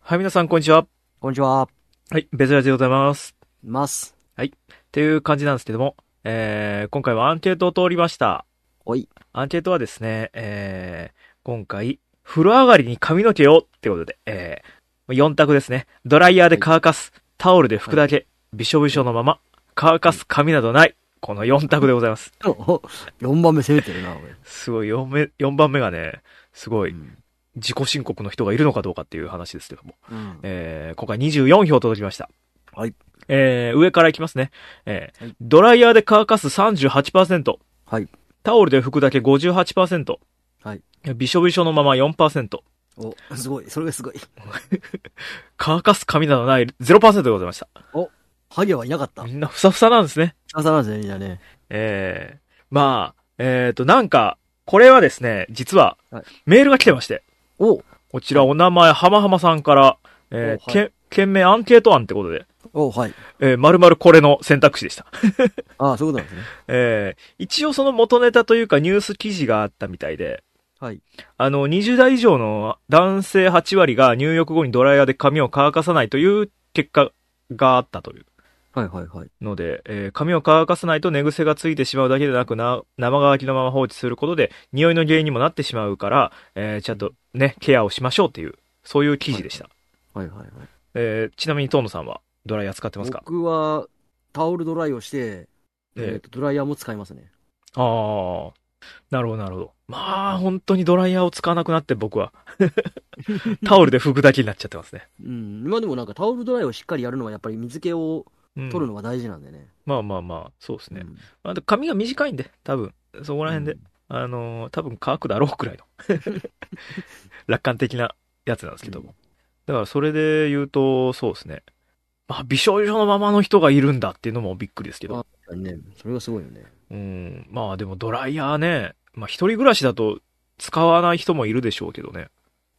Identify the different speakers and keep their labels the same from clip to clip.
Speaker 1: はい、皆さん、こんにちは。
Speaker 2: こんにちは。
Speaker 1: はい、ベズラジでございます。
Speaker 2: ます。
Speaker 1: っていう感じなんですけども、えー、今回はアンケートを通りました。
Speaker 2: おい。
Speaker 1: アンケートはですね、えー、今回、風呂上がりに髪の毛をってことで、えー、4択ですね。ドライヤーで乾かす、タオルで拭くだけ、びしょびしょのまま、乾かす髪などない。この4択でございます。
Speaker 2: お4番目攻めてるな、俺。
Speaker 1: すごい、4, 目4番目がね、すご
Speaker 2: う
Speaker 1: い、
Speaker 2: ん
Speaker 1: 自己申告の人がいるのかどうかっていう話ですけども。
Speaker 2: うん
Speaker 1: えー、今回24票届きました。
Speaker 2: はい。
Speaker 1: えー、上からいきますね。えー
Speaker 2: はい
Speaker 1: ドライヤーで乾かす38%。
Speaker 2: はい。
Speaker 1: タオルで拭くだけ58%。
Speaker 2: はい。
Speaker 1: びしょびしょのまま4%。
Speaker 2: お、すごい。それがすごい。
Speaker 1: 乾かす髪などない0%でございました。
Speaker 2: ハゲはいなかった
Speaker 1: み。んなふさふさなんですね。
Speaker 2: 朝なんですね、じゃあね。
Speaker 1: えー、まあ、えーと、なんか、これはですね、実は
Speaker 2: はい、
Speaker 1: メールが来てまして。
Speaker 2: お
Speaker 1: こちらお名前、はまはまさんから、えー
Speaker 2: おは
Speaker 1: け、懸命アンケート案ってことで、
Speaker 2: おはい。
Speaker 1: えー、まるまるこれの選択肢でした。
Speaker 2: ああ、そういうことなんですね。
Speaker 1: えー一応その元ネタというかニュース記事があったみたいで、
Speaker 2: はい。
Speaker 1: あの、20代以上の男性8割が入浴後にドライヤーで髪を乾かさないという結果があったという
Speaker 2: はいはいはい。
Speaker 1: ので、えー髪を乾かさないと寝癖がついてしまうだけでなくな、生乾きのまま放置することで、匂いの原因にもなってしまうから、えーちゃんとね、ケアをしましょうっていう、そういう記事でした。
Speaker 2: はいはいはい。
Speaker 1: えーちなみに遠野さんはドライヤー使ってますか
Speaker 2: 僕は、タオルドライをして、えっ
Speaker 1: え
Speaker 2: と、ドライヤーも使いますね。
Speaker 1: ーああ、なるほどなるほど。まあ、本当にドライヤーを使わなくなって僕 は。タオルで拭くだけになっちゃってますね。
Speaker 2: うん。まあでもなんかタオルドライをしっかりやるのはやっぱり水気を
Speaker 1: うん、
Speaker 2: 取るのが大事なんでね。
Speaker 1: まあまあまあ、そうですね
Speaker 2: う。ん。
Speaker 1: あと髪が短いんで、多分、そこ
Speaker 2: こ
Speaker 1: ら辺で、あのー多分乾くだろうくらいの。 楽観的なやつなんですけども。だからそれで言うと、そうですね。まあ、美少女のままの人がいるんだっていうのもびっくりですけど。
Speaker 2: ね、それがすごいよね。
Speaker 1: うん。まあでもドライヤーね、まあ一人暮らしだと使わない人もいるでしょうけどね。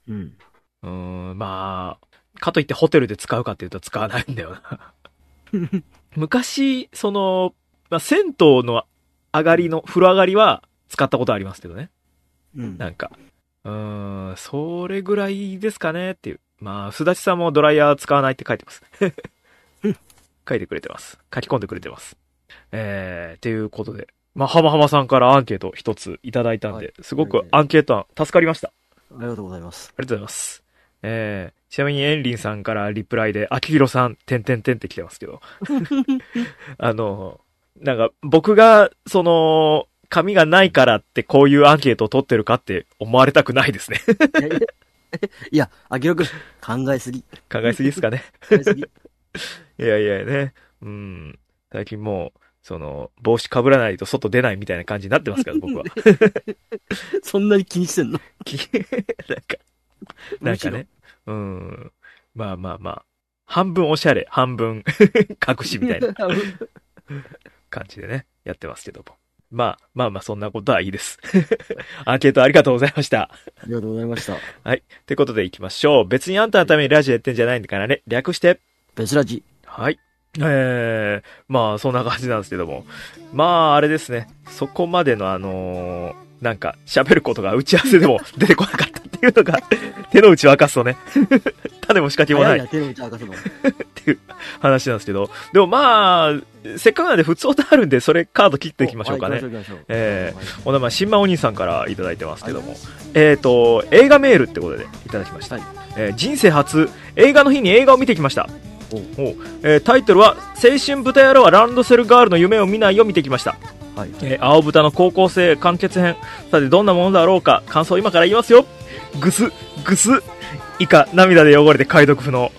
Speaker 2: うん。
Speaker 1: うーん、まあ、かといってホテルで使うかっていうと使わないんだよな。 昔、その、まあ、銭湯の上がりの、風呂上がりは使ったことありますけどね。
Speaker 2: うん。
Speaker 1: なんか。うーん、それぐらいですかねっていう。まあ、すだちさんもドライヤー使わないって書いてます。 書いてくれてます。書き込んでくれてます。えー、っていうことで。まあ、はまはまさんからアンケート一ついただいたん
Speaker 2: は
Speaker 1: で
Speaker 2: い、
Speaker 1: すごくアンケート案助かりました。
Speaker 2: ありがとうございます。
Speaker 1: ありがとうございます。えー、ちなみにエンリンさんからリプライで、秋広さん、てんてんてんって来てますけど。 あの、なんか、僕が、その、髪がないからってこういうアンケートを取ってるかって思われたくないですね。
Speaker 2: いやいや、 いやあきろくん、考えすぎ。
Speaker 1: 考えすぎですかね。
Speaker 2: 考えす ぎ。
Speaker 1: いやいやね。うん。最近もう、その、帽子かぶらないと外出ないみたいな感じになってますから、僕は。
Speaker 2: そんなに気にしてんの
Speaker 1: きなんか、なんかね。うん。まあまあまあ。半分おしゃれ、半分 隠しみ たいな。
Speaker 2: むしろ
Speaker 1: 感じでね、やってますけども。まあ、まあまあ、そんなことはいいです。 アンケートありがとうございました。
Speaker 2: ありがとうございました。
Speaker 1: ってことで行きましょう。別にあんたのためにラジオやってんじゃないんだからね。略して。
Speaker 2: ベスラジ。
Speaker 1: はい。えー、まあ、そんな感じなんですけども。まあ、あれですね。そこまでのあのーなんか、喋ることが打ち合わせでも 出てこなかったっていうのが、手の内を明かすとね、 種も仕掛けもな
Speaker 2: 早
Speaker 1: い
Speaker 2: いな、手の内明かすの。
Speaker 1: 話なんですけど、でもまあ、せっかくなんで普通音あるん で、それカード切っていきましょうかね
Speaker 2: はい。行きましょう行きましょう
Speaker 1: え
Speaker 2: はい
Speaker 1: お名前、新馬お兄さんからいただいてますけども、えっ、と、映画メールってことでいただきました。
Speaker 2: はい
Speaker 1: えー人生初、映画の日に映画を見てきました。
Speaker 2: お
Speaker 1: おうえータイトルは、青春豚野郎はランドセルガールの夢を見ないを見てきました。
Speaker 2: はい。
Speaker 1: えー青豚の高校生完結編。さて、どんなものだろうか、感想を今から言いますよ。ぐす、ぐす。以下、涙で汚れて解読不能。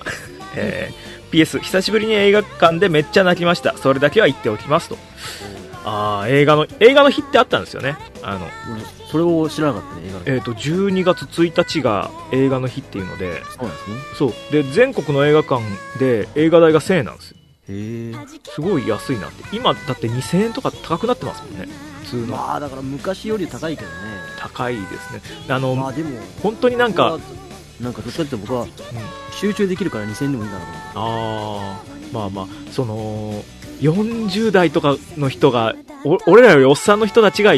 Speaker 1: えー PS、久しぶりに映画館でめっちゃ泣きました。それだけは言っておきますと。ああ、映画の、映画の日ってあったんですよね。あの、
Speaker 2: 俺それを知らなかったね、映画の。
Speaker 1: えっ、と、12月1日が映画の日っていうので、
Speaker 2: そうなんですね。
Speaker 1: そう。で、全国の映画館で映画代が1000円なんですよ。
Speaker 2: へえ。
Speaker 1: すごい安いなって。今、だって2000円とか高くなってますもんね。普通の。
Speaker 2: まあ、だから昔より高いけどね。
Speaker 1: 高いですね。あ
Speaker 2: まあ、
Speaker 1: の、
Speaker 2: でも、
Speaker 1: 本当になんか、、
Speaker 2: なんか、どっちかっていうと僕は、集中できるから2000でもいいかなと思って。
Speaker 1: あーまあまあその40代とかの人がお俺らよりおっさんの人たちが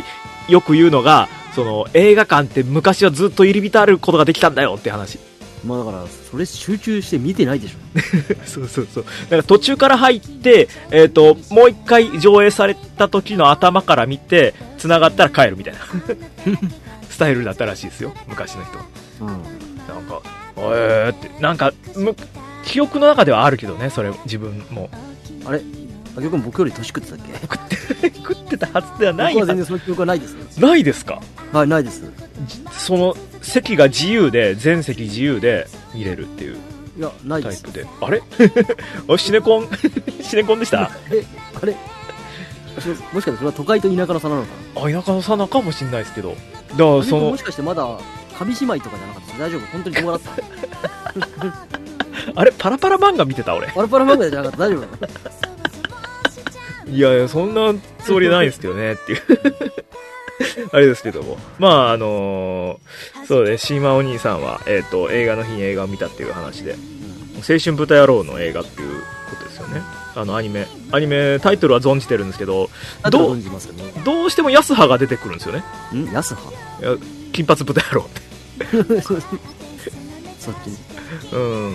Speaker 1: よく言うのがその映画館って昔はずっと入り浸ることができたんだよって話
Speaker 2: まあだからそれ集中して見てないでしょ
Speaker 1: そうそうそう。だから途中から入って、えっ、と、もう一回上映された時の頭から見て、繋がったら帰るみたいな。 スタイルだったらしいですよ、昔の人。
Speaker 2: うん
Speaker 1: なんか、えーって、なんか、む記憶の中ではあるけどね、それ、自分も。
Speaker 2: あれあきょくん僕より年食ってたっけ
Speaker 1: 食ってたはずではない
Speaker 2: 僕は
Speaker 1: は
Speaker 2: 全然その記憶はないです
Speaker 1: ないですか
Speaker 2: はいないです
Speaker 1: その、席が自由で、全席自由で見れるっていう
Speaker 2: いやない
Speaker 1: タ
Speaker 2: で
Speaker 1: イ
Speaker 2: す
Speaker 1: プで。あれ あシネコン、 シネコン でした
Speaker 2: えあれ もしかしてそれは都会と田舎の差なのか
Speaker 1: あ、田舎のさなかもしんないですけど。だから、
Speaker 2: な
Speaker 1: その
Speaker 2: もし、かしてまだ上姉妹とかじゃなかった大丈夫本当に友達だった
Speaker 1: あれパラパラ漫画見てた俺
Speaker 2: パラパラ漫画じゃなかった大丈夫
Speaker 1: いやいやそんなつもりないですけどねっていう あれですけどもまああのーそうねシーマお兄さんは、えっと映画の日に映画を見たっていう話で「青春豚野郎」の映画っていうことですよねあのアニメアニメタイトルは存じてるんですけど
Speaker 2: あと
Speaker 1: どう
Speaker 2: 存じますよね
Speaker 1: どうしても安葉が出てくるんですよね
Speaker 2: ん安 葉
Speaker 1: いや金髪豚野郎って
Speaker 2: そっち
Speaker 1: うん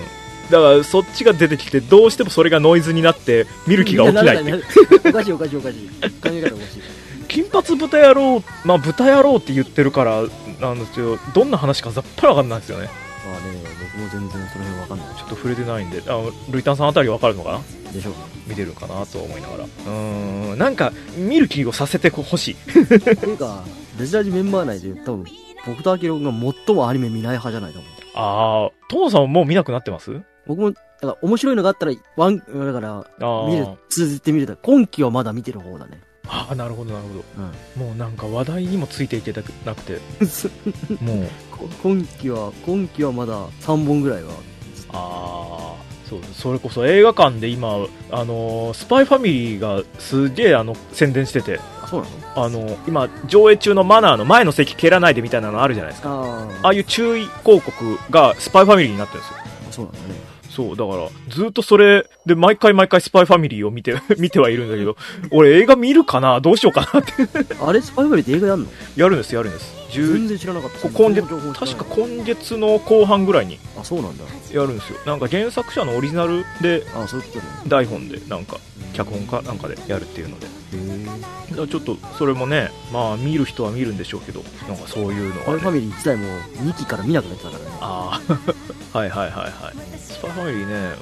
Speaker 1: だからそっちが出てきてどうしてもそれがノイズになって見る気が起きないっていう
Speaker 2: やなんかおかしいおかしいおかしい考え方おかしい
Speaker 1: 金髪豚野郎、まあ、豚野郎って言ってるからなんですけどどんな話かざっぱら分かんないですよね
Speaker 2: まあね僕も全然その辺わかんない
Speaker 1: ちょっと触れてないんであルイタンさんあたり分かるのかな
Speaker 2: でしょう
Speaker 1: 見てるかなと思いながらうーんなんかミルキーをさせてほしい
Speaker 2: っていうかデジラジメンバー内で多分僕とアキロが最もアニメ見ない派じゃないと思う
Speaker 1: ああトモさんはもう見なくなってます
Speaker 2: 僕もだから面白いのがあったらワンだから
Speaker 1: あー
Speaker 2: 見る続いて見れた今期はまだ見てる方だね
Speaker 1: あーなるほどなるほ
Speaker 2: うん
Speaker 1: どもうなんか話題にもついていけなくなく てもう
Speaker 2: こ 今期は今期はまだ3本ぐらいは
Speaker 1: ああそうそれこそ映画館で今、あのースパイファミリーがすげえあの宣伝してて
Speaker 2: あそうなの
Speaker 1: あの今、上映中のマナーの前の席蹴らないでみたいなのあるじゃないですか、
Speaker 2: あ
Speaker 1: ああいう注意広告がスパイファミリーになってるんですよ、
Speaker 2: そうなんだね
Speaker 1: そうだからずっとそれで毎回毎回スパイファミリーを見て 見てはいるんだけど、俺、映画見るかな、どうしようかなって、
Speaker 2: あれスパイファミリーって映画やんの
Speaker 1: やるんです、やるんです、10
Speaker 2: 全然知らなかった
Speaker 1: こ今月
Speaker 2: その情報知ら
Speaker 1: 確か
Speaker 2: ない
Speaker 1: 今月の後半ぐらいに
Speaker 2: あそうなんだ
Speaker 1: やるんですよ、なんか原作者のオリジナルで、
Speaker 2: あそういうことね
Speaker 1: 台本で、なんか、脚本かなんかでやるっていうので、
Speaker 2: へえ
Speaker 1: だからちょっとそれもね、まあ、見る人は見るんでしょうけど、なんかそういうのが
Speaker 2: スパ
Speaker 1: ね
Speaker 2: イファミリー自体も2期から見なくなってたからね
Speaker 1: ああ はいはいはいはいスパイファミリーね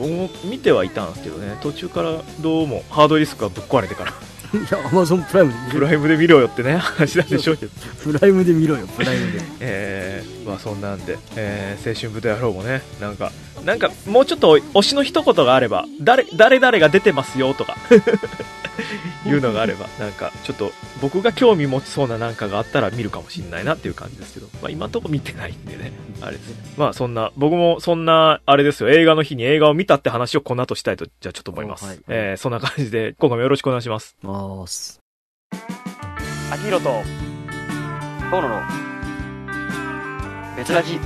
Speaker 1: うん僕も見てはいたんですけどね途中からどうもハードディスクがぶっ壊れてから
Speaker 2: いやアマゾンプライムで見
Speaker 1: プ
Speaker 2: ろ
Speaker 1: ライムで見ろよってね話なんでしょうけど
Speaker 2: プライムで見ろよプライムで
Speaker 1: えー、まあそんなんで、えー、青春豚野郎もねなんかなんかもうちょっと推しの一言があれば誰誰々が出てますよとか いうのがあればなんかちょっと僕が興味持ちそうななんかがあったら見るかもしれないなっていう感じですけど、まあ、今んとこ見てないんでねあれですねまあそんな僕もそんなあれですよ映画の日に映画を見たって話をこの後したいとじゃあちょっと思います、
Speaker 2: はい
Speaker 1: えー、そんな感じで今回もよろしくお願いします
Speaker 2: まあす
Speaker 1: アキロと
Speaker 2: どうなの別ラジ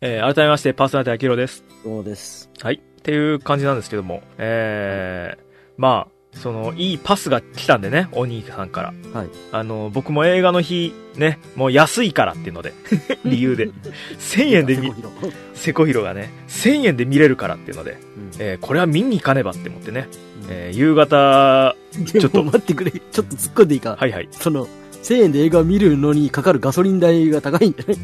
Speaker 1: えー、改めましてパーソナリティアキロです
Speaker 2: そうです
Speaker 1: はい。っていう感じなんですけども、えー、まあ、その、いいパスが来たんでね、お兄さんから。
Speaker 2: はい
Speaker 1: あの、僕も映画の日、ね、もう安いからっていうので、理由で、1000円で見、
Speaker 2: セコヒロ
Speaker 1: セコヒロがね、1000円で見れるからっていうので、
Speaker 2: うん
Speaker 1: えー、これは見に行かねばって思ってね、えー、夕方、
Speaker 2: ち
Speaker 1: ちょ
Speaker 2: ょ
Speaker 1: っ
Speaker 2: っ
Speaker 1: と
Speaker 2: と待ってくれ。ちょっと突っ込んでいいか。
Speaker 1: はいはい。
Speaker 2: その、1000円で映画見るのにかかるガソリン代が高いんじゃ ない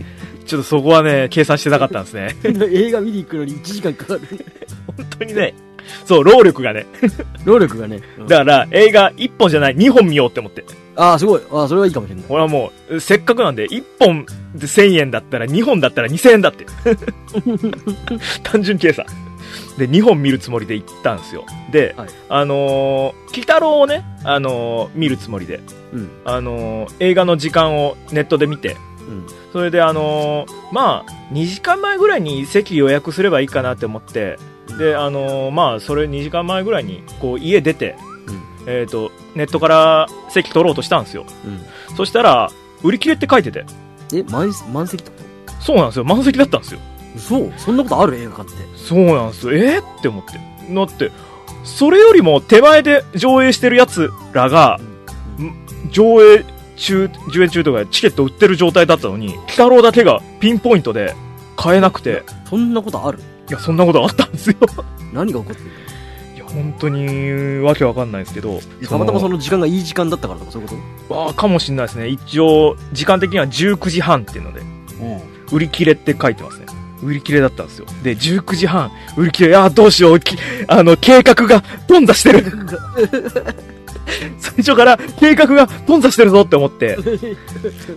Speaker 1: ちょっとそこはね、計算してなかったんですね。
Speaker 2: 映画見に行くのに1時間かかる。
Speaker 1: 本当にね、そう、労力がね。
Speaker 2: 労力がね。うん
Speaker 1: だから、映画1本じゃない、2本見ようって思って。
Speaker 2: ああ、すごい。ああ、それはいいかもしれない。
Speaker 1: これはもう、せっかくなんで、1本で1000円だったら、2本だったら2000円だ って。単純計算。で、2本見るつもりで行ったんですよ。で、
Speaker 2: はい
Speaker 1: あのー、鬼太郎をね、あのー見るつもりで、
Speaker 2: うん。
Speaker 1: あのー映画の時間をネットで見て、
Speaker 2: うん。
Speaker 1: それであのーまあ、2時間前ぐらいに席予約すればいいかなって思って、で、あのーまあ、それ2時間前ぐらいに、こう、家出て、
Speaker 2: うん
Speaker 1: えっ、と、ネットから席取ろうとしたんですよ。
Speaker 2: うん。
Speaker 1: そしたら、売り切れって書いてて、
Speaker 2: え、満満席ってこ
Speaker 1: そうなんですよ満席だったんですよ
Speaker 2: とそうそんなことある映画館って。
Speaker 1: そうなんですよえー、って思ってだってそれよりも手前で上映してるやつらが
Speaker 2: うん
Speaker 1: 上映中10円中とかでチケット売ってる状態だったのに鬼太郎だけがピンポイントで買えなくて
Speaker 2: そんなことある
Speaker 1: いやそんなことあったんですよ
Speaker 2: 何が起こってる
Speaker 1: いや本当にわけわかんないですけど
Speaker 2: のたまたまその時間がいい時間だったからとかそういうこ
Speaker 1: ああかもしんないですね一応時間的には19時半っていうので
Speaker 2: とうん
Speaker 1: 売り切れって書いてますね売り切れだったんですよで19時半売り切れああどうしようきあの計画が頓挫 してる最初から計画が頓挫してるぞって思って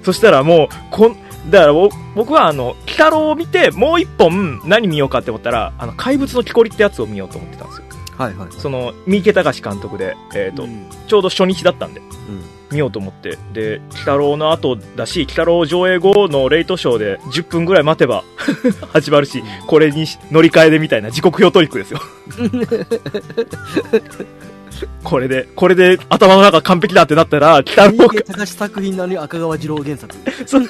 Speaker 1: そしたらもうこんだからぼ僕はあの鬼太郎を見てもう一本何見ようかって思ったらあの怪物の木こりってやつを見ようと思ってたんですよ
Speaker 2: はいはい
Speaker 1: その三池隆監督で、えーと
Speaker 2: うん
Speaker 1: ちょうど初日だったんで見ようと思ってで鬼太郎の後だし鬼太郎上映後のレイトショーで10分ぐらい待てば 始まるしこれにし乗り換えでみたいな時刻表トリック ですよこれでこれで頭の中完璧だってなったら鬼太
Speaker 2: 三
Speaker 1: 郎
Speaker 2: 池隆作品なのに赤川次郎原作
Speaker 1: そ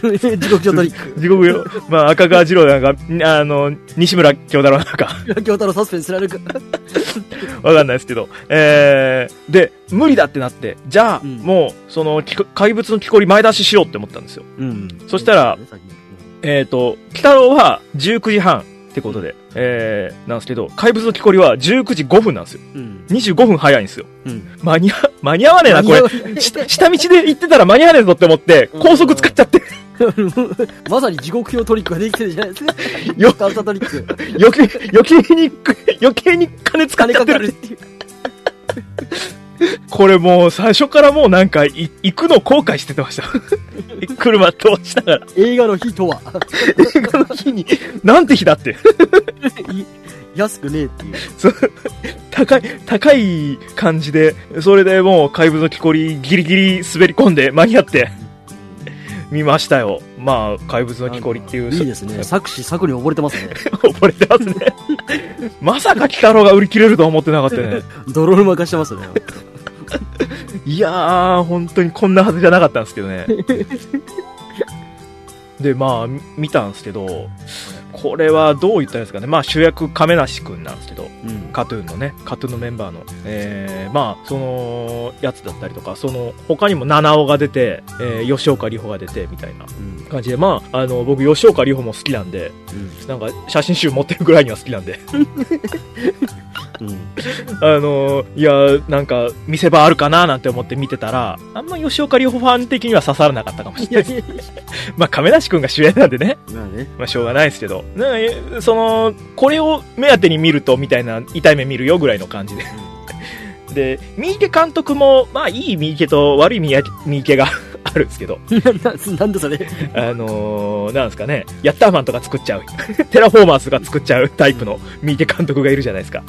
Speaker 2: 地獄上トリック
Speaker 1: 地獄よ、まあ、赤川次郎なんかあの西村京太郎なんか
Speaker 2: 京太郎サスペンス貫く
Speaker 1: わかんないですけど。えー、で、無理だってなって、じゃあ、
Speaker 2: うん
Speaker 1: もう、その、きこ怪物の木こり前出ししようって思ったんですよ。
Speaker 2: うん
Speaker 1: そしたらえーと、鬼太郎は19時半ってことで、えー、なんですけど、怪物の木こりは19時5分なんですよ。
Speaker 2: うん
Speaker 1: 25分早いんですよ。
Speaker 2: うん
Speaker 1: 間に合、間に合わねえな、これ。下下道で行ってたら間に合わねえぞって思って、
Speaker 2: うん
Speaker 1: 高速使っちゃって、
Speaker 2: まさに地獄表トリックができてるじゃないですか
Speaker 1: よ、
Speaker 2: カウンタートリック
Speaker 1: 余計、余計に、余計に金使っ
Speaker 2: 金
Speaker 1: ちゃっ
Speaker 2: か
Speaker 1: て
Speaker 2: か
Speaker 1: る
Speaker 2: るっていう
Speaker 1: これもう最初からもうなんかい行くの後悔しててました車通しながら
Speaker 2: 映画の日とは
Speaker 1: 映画の日になんて日だって
Speaker 2: い安くねえっていう
Speaker 1: 高い高い感じでそれでもう怪物の木こりギリギリ滑り込んで間に合って見ましたよまあ怪物の木こりっていう
Speaker 2: いいですね作詞作に溺れてますね
Speaker 1: 溺れてますねまさか鬼太郎が売り切れるとは思ってなかったね
Speaker 2: 泥沼化してますね
Speaker 1: いやー、本当にこんなはずじゃなかったんですけどね。で、まあ、み見たんですけど、これはどう言ったらいいですかね。まあ、主役、亀梨くんなんですけど、
Speaker 2: うん
Speaker 1: カトゥーンのね、カトゥーンのメンバーの、えー、まあ、その、やつだったりとか、その、他にも七尾が出て、えー、吉岡里帆が出て、みたいな
Speaker 2: うん
Speaker 1: 感じで、まあ、あの、僕、吉岡里帆も好きなんで、なんか、写真集持ってるぐらいには好きなんで、
Speaker 2: うん
Speaker 1: あのいやなんか見せ場あるかななんて思って見てたらあんま吉岡里帆ファン的には刺さらなかったかもしれないです まあ亀梨君が主演なんでね、
Speaker 2: まあね
Speaker 1: まあ、しょうがないですけどなんかそのこれを目当てに見るとみたいな痛い目見るよぐらいの感じで で三池監督もまあいい三池と悪い三池三池が あるんですけど
Speaker 2: ななんでそれ
Speaker 1: あのーなんですかねヤッターマンとか作っちゃうテラフォーマースが作っちゃうタイプの三池監督がいるじゃないですか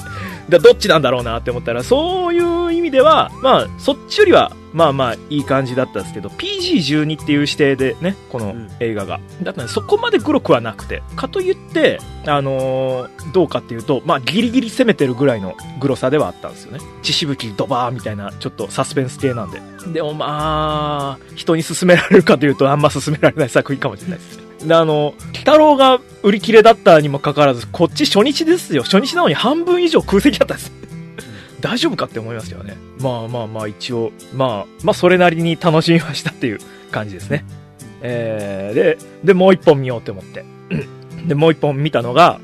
Speaker 1: だどっちなんだろうなって思ったらそういう意味ではまあそっちよりはまあまあいい感じだったんですけど PG12 っていう指定でねこの
Speaker 2: うん
Speaker 1: 映画が、だったのでそこまでグロくはなくてかといってあのーどうかっていうとまあギリギリ攻めてるぐらいのグロさではあったんですよね血しぶきドバーみたいなちょっとサスペンス系なんででもまあ人に勧められるかというとあんま勧められない作品かもしれないですであの鬼太郎が売り切れだったにもかかわらずこっち初日ですよ初日なのに半分以上空席だったんです大丈夫かって思いますよねまあまあまあ一応まあまあそれなりに楽しみましたっていう感じですねえー、ででもう一本見ようって思ってうんでもう一本見たのが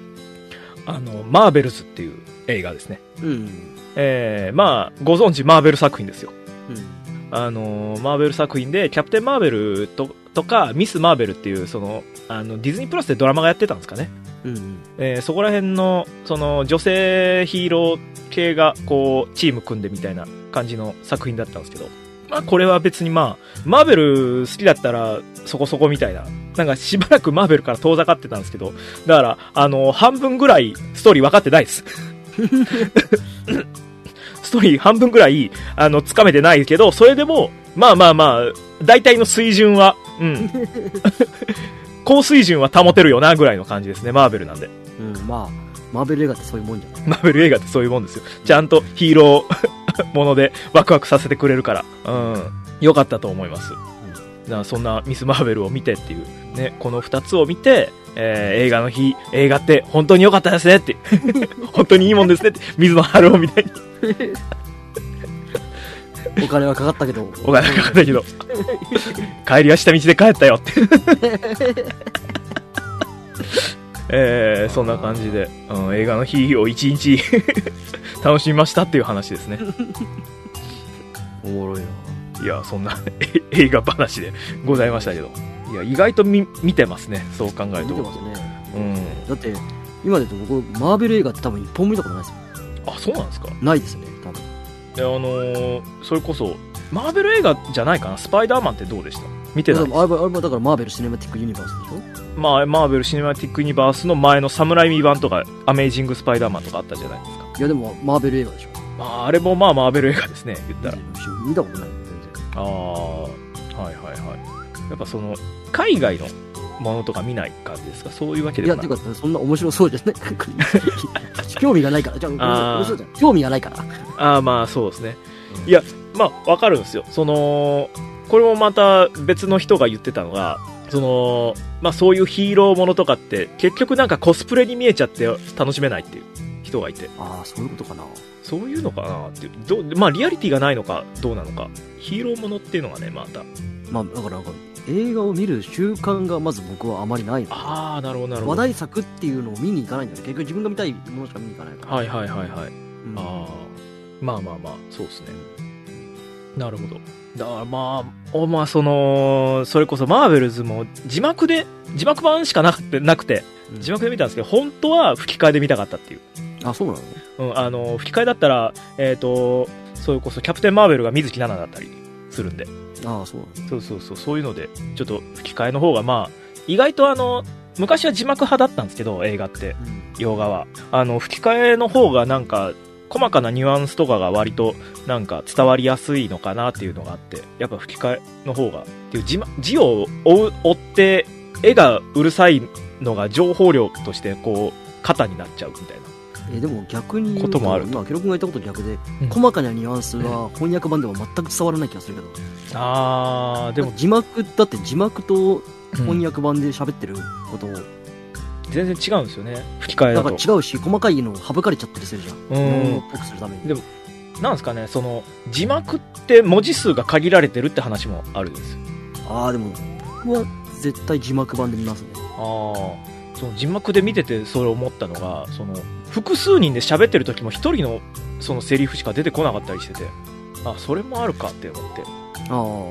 Speaker 1: あのマーベルズっていう映画ですね
Speaker 2: うん
Speaker 1: えー、まあご存知マーベル作品ですよ
Speaker 2: うん
Speaker 1: あのーマーベル作品で、キャプテン・マーベルととか、ミス・マーベルっていう、その、あの、ディズニープラスでドラマがやってたんですかね。
Speaker 2: うん
Speaker 1: えーそこら辺の、その、女性ヒーロー系が、こう、チーム組んでみたいな感じの作品だったんですけど、まあ、これは別にまあ、マーベル好きだったら、そこそこみたいな、なんかしばらくマーベルから遠ざかってたんですけど、だから、あのー半分ぐらい、ストーリー分かってないです。 ストーリー半分ぐらい、あの、つかめてないけど、それでも、まあまあまあ、大体の水準は、うん。高水準は保てるよな、ぐらいの感じですね、マーベルなんで。
Speaker 2: うんまあマーベル映画ってそういうもんじゃない
Speaker 1: マーベル映画ってそういうもんですよ。ちゃんとヒーローものでワクワクさせてくれるから、うん、良かったと思います。だからそんなミス・マーベルを見てっていう、ね、この2つを見て、えー映画の日、映画って本当に良かったですねって、 本当にいいもんですねって、水野春夫みたいに。
Speaker 2: お金はかかったけど。
Speaker 1: お金かかったけど帰りは下道で帰ったよってえー、そんな感じで、うん、映画の日を一日 楽しみましたっていう話ですね
Speaker 2: おもろいない
Speaker 1: やそんな え映画話でございましたけどいや意外とみ見てますねそう考える
Speaker 2: 見てま
Speaker 1: と、
Speaker 2: すね。
Speaker 1: うん、
Speaker 2: だって、今で言うと僕、マーベル映画って多分一本も見たことないです
Speaker 1: あそうなんですか
Speaker 2: ないですね、多分。
Speaker 1: であのーそれこそマーベル映画じゃないかなスパイダーマンってどうでした見てない
Speaker 2: あれもあれもだからマーベル・シネマティック・ユニバースでしょ
Speaker 1: まあ、マーベル・シネマティック・ユニバースの前のサムライミ版とか、アメイジング・スパイダーマンとかあったじゃないですか。
Speaker 2: いやでもマーベル映画でしょ
Speaker 1: まあ、あれもまあ、マーベル映画ですね、言ったら。
Speaker 2: 見たことない全
Speaker 1: あ
Speaker 2: 然
Speaker 1: あ、はいはいはい。やっぱその、海外のものとか見ない感じですかそういうわけ
Speaker 2: い
Speaker 1: で
Speaker 2: や
Speaker 1: は
Speaker 2: て
Speaker 1: な
Speaker 2: いう
Speaker 1: い。
Speaker 2: かそんな面白そうじゃない 興味がないからじゃ
Speaker 1: あ
Speaker 2: あ
Speaker 1: ー
Speaker 2: 面白いじゃん興味がないから
Speaker 1: ああ、まあそうですね。
Speaker 2: うん
Speaker 1: いや、まあ、わかるんですよ。その、これもまた別の人が言ってたのが、その、まあそういうヒーローものとかって、結局なんかコスプレに見えちゃって楽しめないっていう人がいて。
Speaker 2: ああそういうことかな
Speaker 1: そういうのかなっていうどう、まあ、リアリティがないのかどうなのかヒーローものっていうのがねまた
Speaker 2: まあだからなんか映画を見る習慣がまず僕はあまりないの
Speaker 1: ああなるほどなるほ
Speaker 2: 話
Speaker 1: ど
Speaker 2: 題作っていうのを見に行かないんだよね結局自分が見たいものしか見に行かないから、
Speaker 1: はいはいはいはい
Speaker 2: うん
Speaker 1: ああまあまあまあそうですねなるほどだからまあおまあそのそれこそマーベルズも字幕で字幕版しかなくてなくて
Speaker 2: うん
Speaker 1: 字幕で見たんですけど本当は吹き替えで見たかったっていう、
Speaker 2: あそうなの
Speaker 1: うん、あの吹き替えだったらえっ、とそれこそキャプテンマーベルが水木奈々だったりするんで
Speaker 2: ああそうなの
Speaker 1: そうそうそう、そういうので、ちょっと吹き替えの方が、まあ、意外とあの、昔は字幕派だったんですけど、映画って、洋画は。あの、吹き替えの方がなんか、細かなニュアンスとかが割と、なんか伝わりやすいのかなっていうのがあって、やっぱ吹き替えの方が、っていう字ま字を追う追って、絵がうるさいのが情報量として、こう、肩になっちゃうみたいな。
Speaker 2: えでも逆に言う
Speaker 1: こともある
Speaker 2: 今ケロ君が言ったこと逆で、
Speaker 1: うん
Speaker 2: 細かなニュアンスは翻訳版では全く伝わらない気がするけど
Speaker 1: あー、でも、
Speaker 2: 字幕だって字幕と
Speaker 1: うん
Speaker 2: 翻訳版で喋ってることを、
Speaker 1: 全然違うんですよね。吹き替え
Speaker 2: な
Speaker 1: だ
Speaker 2: んか
Speaker 1: と。
Speaker 2: 違うし細かいの省かれちゃったりするじゃん、
Speaker 1: うん
Speaker 2: 日本語っぽくするために
Speaker 1: でもなんですかねその字幕って文字数が限られてるって話もあるんですよ
Speaker 2: ああでも僕は絶対字幕版で見ますね
Speaker 1: ああその字幕で見ててそれ思ったのがその複数人で喋ってる時も一人のそのセリフしか出てこなかったりしててあそれもあるかって思って
Speaker 2: あ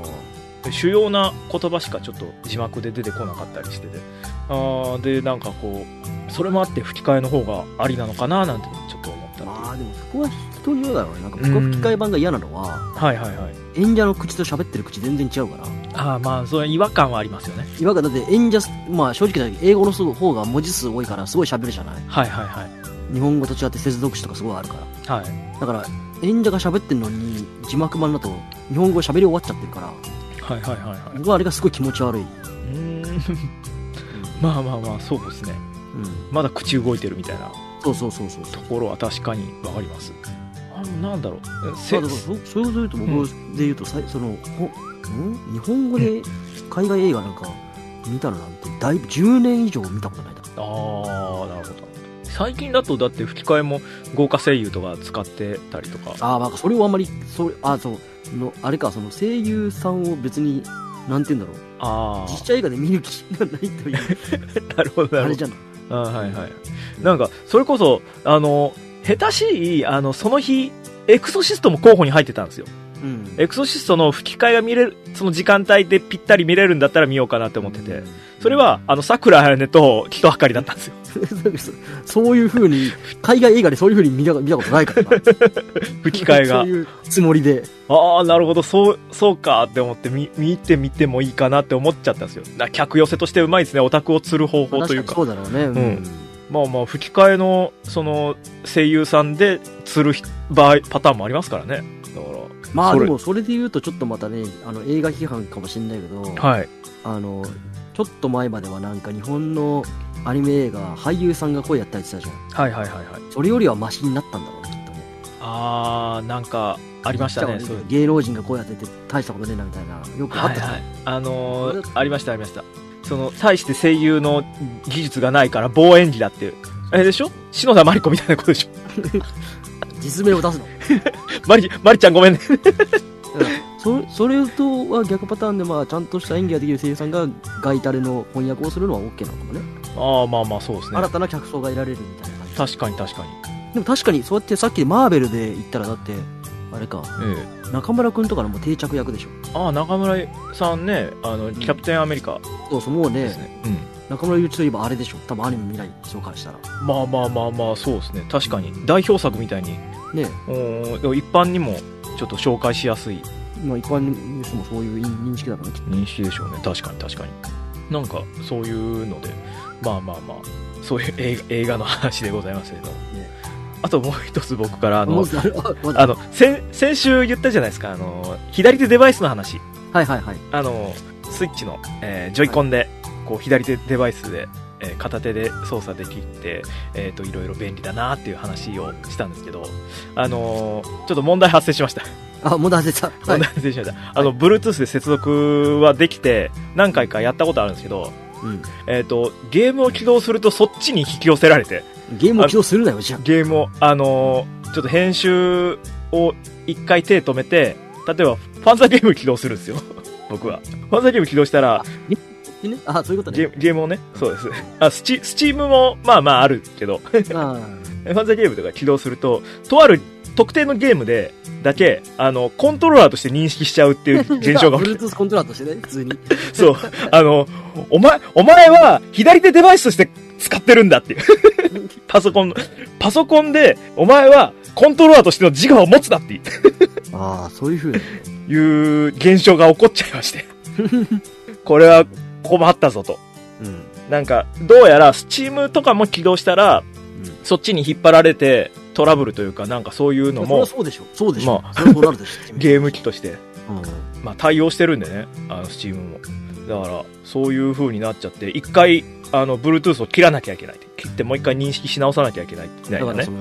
Speaker 1: で主要な言葉しかちょっと字幕で出てこなかったりしててあーでなんかこうそれもあって吹き替えの方がありなのかななんてちょっと思った
Speaker 2: あ
Speaker 1: の
Speaker 2: まあでもそこは人によるだろうねなんか僕は吹き替え版が嫌なのは、
Speaker 1: はいはいはい
Speaker 2: 演者の口と喋ってる口全然違うから
Speaker 1: ああまあそれ違和感はありますよね
Speaker 2: 違和感だって演者まあ正直だけど英語の方が文字数多いからすごい喋るじゃない
Speaker 1: はいはいはい
Speaker 2: 日本語と違って接続詞とかすごいあるから
Speaker 1: はい
Speaker 2: だから演者が喋ってるのに字幕版だと日本語喋り終わっちゃってるから
Speaker 1: はいはいはいはい
Speaker 2: 僕はあれがすごい気持ち悪い、
Speaker 1: うーんまあまあまあそうですね
Speaker 2: うん、
Speaker 1: まだ口動いてるみたいな
Speaker 2: そうそうそうそうそ
Speaker 1: と
Speaker 2: う
Speaker 1: ころは確かにわかりますあのなんだろう
Speaker 2: ま
Speaker 1: せ
Speaker 2: あだからそそれを言うと僕で言うと、さいそのほん日本語で海外映画なんか見たのなんてだいぶ10年以上見たことないだ
Speaker 1: ああなるほど最近だとだって吹き替えも豪華声優とか使ってたりとか
Speaker 2: ああなんかそれをあんまりそれあそうのあれかその声優さんを別になんて言うんだろう
Speaker 1: あ
Speaker 2: 実写映画で見る気がないという
Speaker 1: あ なるほど
Speaker 2: あ
Speaker 1: なる
Speaker 2: れ
Speaker 1: ほ
Speaker 2: じゃない
Speaker 1: どあーはいはいなんかそれこそあの下手しいあのその日エクソシストも候補に入ってたんですよ
Speaker 2: うん
Speaker 1: エクソシストの吹き替えが見れるその時間帯でぴったり見れるんだったら見ようかなって思ってて、
Speaker 2: うん
Speaker 1: それは、あの、桜彩音と、木戸あかりだったんですよ。
Speaker 2: そういうふうに、海外映画でそういうふうに見た見たことないからな。
Speaker 1: 吹き替えが
Speaker 2: そう。いうつもりで。
Speaker 1: ああ、なるほど、そう、そうかって思って、み、見てみてもいいかなって思っちゃったんですよ。な客寄せとしてうまいですね、オタクを釣る方法というか。
Speaker 2: 確にそうだろうね。うん
Speaker 1: うんまあまあ、吹き替えの、その、声優さんで釣るひ場合、パターンもありますからね。だか
Speaker 2: まあ
Speaker 1: それ
Speaker 2: でも、それで言うとちょっとまたね、あの映画批判かもしれないけど、
Speaker 1: ら。はい。
Speaker 2: あの、ちょっと前まではなんか日本のアニメ映画、俳優さんが声やったりしてたじゃん。
Speaker 1: はいはいはいはい。
Speaker 2: それよりはマシになったんだろうね、きっとね。
Speaker 1: ああ、なんか、ありましたね、
Speaker 2: だ
Speaker 1: そ
Speaker 2: か
Speaker 1: う
Speaker 2: ら
Speaker 1: いう。
Speaker 2: 芸能人が声やってて大したことねえなみたいな、よくあ
Speaker 1: は
Speaker 2: っ
Speaker 1: い
Speaker 2: たじゃん。
Speaker 1: はい。あのーありましたありました。その、対して声優の技術がないから、棒演技だっていう。えでしょ篠田麻里子みたいなことでしょ
Speaker 2: 実名を出すの。
Speaker 1: マリ、マリちゃんごめんね。
Speaker 2: そそれとは逆パターンで、まあ、ちゃんとした演技ができる声優さんがガイタレの翻訳をするのは OK なのかもね
Speaker 1: ああ、まあまあ、そうですね。
Speaker 2: 新たな客層が得られるみたいな感じ
Speaker 1: 確かに確かに。
Speaker 2: でも確かにそうやってさっきマーベルで言ったらだってあれか
Speaker 1: ええ。
Speaker 2: 中村君とかのもう定着役でしょ
Speaker 1: ああ、中村さんね、あの、キャプテンアメリカ
Speaker 2: そうそうもう
Speaker 1: で
Speaker 2: ね
Speaker 1: すね。うん。
Speaker 2: 中村ゆうちといえばあれでしょ多分アニメ未来でしょからしたら
Speaker 1: まあまあまあまあ、そうですね。確かに。代表作みたいに、
Speaker 2: ね
Speaker 1: うんでも一般にもちょっと紹介しやすい
Speaker 2: まあ一般の人もそういう認識だからねきっと
Speaker 1: 認識でしょうね。確かに確かに。なんか、そういうので、まあまあまあ、そういう映画映画の話でございますけど。
Speaker 2: ね
Speaker 1: あともう一つ僕から、あ
Speaker 2: も
Speaker 1: の
Speaker 2: う、あまだ
Speaker 1: あの、先、先週言ったじゃないですか、あの、左手デバイスの話。
Speaker 2: はいはいはい
Speaker 1: あの、スイッチの、えージョイコンで、こう、左手デバイスで、えー片手で操作できて、えっ、と、いろいろ便利だなっていう話をしたんですけど、あのーちょっと問題発生しました。
Speaker 2: あもう出せたは
Speaker 1: 問
Speaker 2: い
Speaker 1: 題発生しました。あの、Bluetooth で接続はできて、何回かやったことあるんですけど、
Speaker 2: うん
Speaker 1: えっ、と、ゲームを起動するとそっちに引き寄せられて、
Speaker 2: ゲームを起動するなよじゃあ
Speaker 1: ゲームを、あのーちょっと編集を一回手止めて、例えば、ファンザゲーム起動するんですよ。僕は。ファンザゲーム起動したら、
Speaker 2: でねあそういうこと
Speaker 1: ゲ
Speaker 2: ね
Speaker 1: ーゲームをね、そうです。あ、スチ、スチームも、まあまああるけど、 フ
Speaker 2: あ
Speaker 1: ァンザゲームとか起動すると、とある特定のゲームで、だけ、あの、コントローラーとして認識しちゃうっていう
Speaker 2: ー
Speaker 1: 現象が起きて、
Speaker 2: Bluetooth コントローラーとしてね普通に
Speaker 1: そう、あの、お前、お前は左手デバイスとして使ってるんだ っていう。パソコンの、パソコンで、お前はコントローラーとしての自我を持つなっていう
Speaker 2: ああそういうふうに
Speaker 1: いう現象が起こっちゃいま して。これは困ったぞと。
Speaker 2: うん
Speaker 1: なんか、どうやら、スチームとかも起動したら、
Speaker 2: うん
Speaker 1: そっちに引っ張られて、トラブルというか、なんかそういうの
Speaker 2: そりゃ
Speaker 1: も、
Speaker 2: そうでしょそうでしょ
Speaker 1: ま
Speaker 2: そりゃそうなるでしょ
Speaker 1: ゲーム機として、
Speaker 2: うん
Speaker 1: まあ対応してるんでね、あの、スチームも。だから、そういう風になっちゃって、一回、あの、Bluetooth を切らなきゃいけない。切ってもう一回認識し直さなきゃいけない。みたい
Speaker 2: だか
Speaker 1: な
Speaker 2: ら
Speaker 1: ね
Speaker 2: そ。の、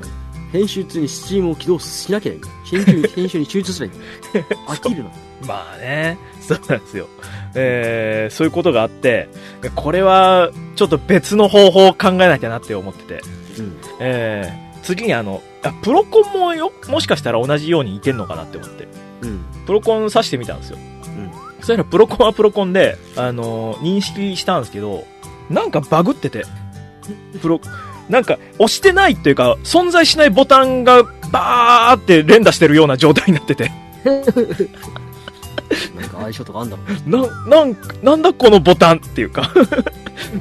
Speaker 2: 編集中に Steam を起動しなきゃいい。編集編集に集中すれ ばいい。飽きるな。
Speaker 1: まあね、そうなんですよ。えー、そういうことがあって、これは、ちょっと別の方法を考えなきゃなって思ってて。
Speaker 2: うん。
Speaker 1: えー、次にあの、あプロコンもよ、もしかしたら同じようにいけんのかなって思って。
Speaker 2: うん。
Speaker 1: プロコン挿してみたんですよ。
Speaker 2: うん。
Speaker 1: そしたらプロコンはプロコンで、あのー認識したんですけど、なんかバグってて、プロ、なんか押してないっていうか、存在しないボタンがバーって連打してるような状態になってて、
Speaker 2: なんか相性とかあんだろうね。
Speaker 1: な、なん、なんだこのボタンっていうか、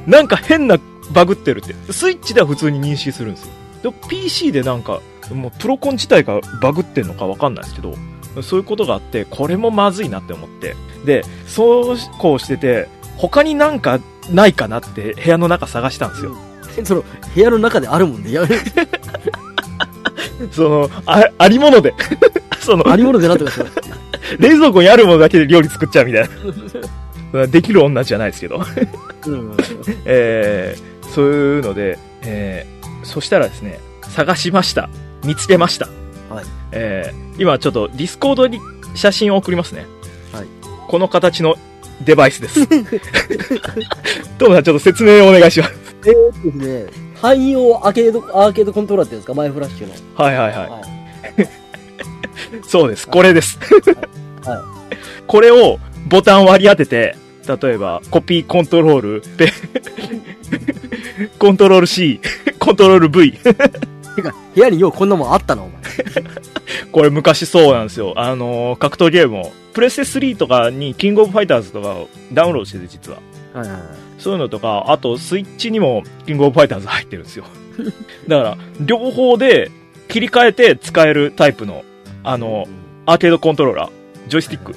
Speaker 1: なんか変なバグってるって。スイッチでは普通に認識するんですよ。でも PC でなんか、もうプロコン自体がバグってんのかわかんないですけど、そういうことがあって、これもまずいなって思って。で、そうこうしてて、他になんかないかなって部屋の中探したんですよ。
Speaker 2: うんその、部屋の中であるもんで、や め、
Speaker 1: その、あ、ありもので。その、
Speaker 2: ありものでなんとかしろ。
Speaker 1: 冷蔵庫にあるものだけで料理作っちゃうみたいな。できる女じゃないですけど。
Speaker 2: うん。
Speaker 1: えーそういうので、えーそしたらですね、探しました。見つけました。
Speaker 2: はい
Speaker 1: えー今ちょっとディスコードに写真を送りますね。
Speaker 2: はい
Speaker 1: この形のデバイス です。どうもちょっと説明をお願いします。
Speaker 2: で、汎用アーケード、アーケードコントローラーっていうんですか、マイフラッシュの。
Speaker 1: はいはいはい。
Speaker 2: はい。
Speaker 1: そうです。これです。
Speaker 2: はい
Speaker 1: これをボタンを割り当てて、例えば、コピーコントロール、ペコントロール C、コントロール V、
Speaker 2: てか、部屋にようこんなもんあったな、お前。
Speaker 1: これ昔そうなんですよ。あのー格闘ゲームを。プレステ3とかにキングオブファイターズとかをダウンロードしてて、実は。
Speaker 2: はいはいはい。
Speaker 1: そういうのとか、あとスイッチにもキングオブファイターズ入ってるんですよ。 だから、両方で切り替えて使えるタイプの、あのーアーケードコントローラー、ジョイスティック。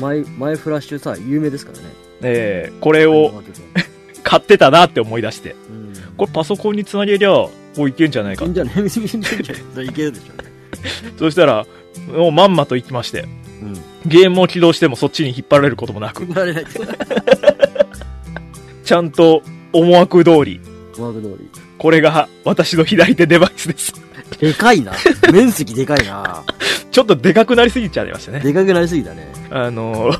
Speaker 2: マイ、マイフラッシュさ、有名ですからね。
Speaker 1: えー、これ
Speaker 2: 汎用
Speaker 1: を
Speaker 2: アーケー
Speaker 1: 買ってたなって思い出して。
Speaker 2: ドうん。
Speaker 1: これパソコンにつなげりゃ、こういけんじゃないか
Speaker 2: いいんじゃないいいんじゃないそれいけるでしょうね。
Speaker 1: そしたら、もうまんまと行きまして。
Speaker 2: うん。
Speaker 1: ゲームを起動してもそっちに引っ張られることもなく、
Speaker 2: 配られない。
Speaker 1: ちゃんと思惑通り、
Speaker 2: ワーク通り。
Speaker 1: これが私の左手デバイスです。
Speaker 2: でかいな。面積でかいな。
Speaker 1: ちょっとでかくなりすぎちゃいましたね。
Speaker 2: でかくなりすぎたね。
Speaker 1: あのー、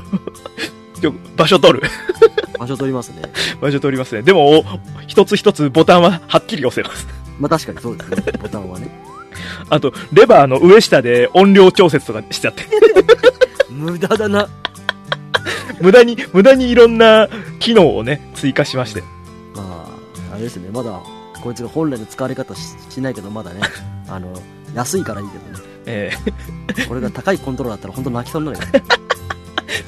Speaker 1: ちょ場所取る。
Speaker 2: 場所取りますね。
Speaker 1: 場所取りますね。でも、お一つ一つボタンははっきり押せます。
Speaker 2: まあ確かにそうですね。ボタンはね。
Speaker 1: あと、レバーの上下で音量調節とかしちゃって。
Speaker 2: 無駄だな。
Speaker 1: 無駄に、無駄にいろんな機能をね、追加しまして。
Speaker 2: まあ、あれですね、まだ、こいつが本来の使われ方ししないけど、まだね、あの、安いからいいけどね。
Speaker 1: え
Speaker 2: これが高いコントローラーだったら本当泣きそうになるよね。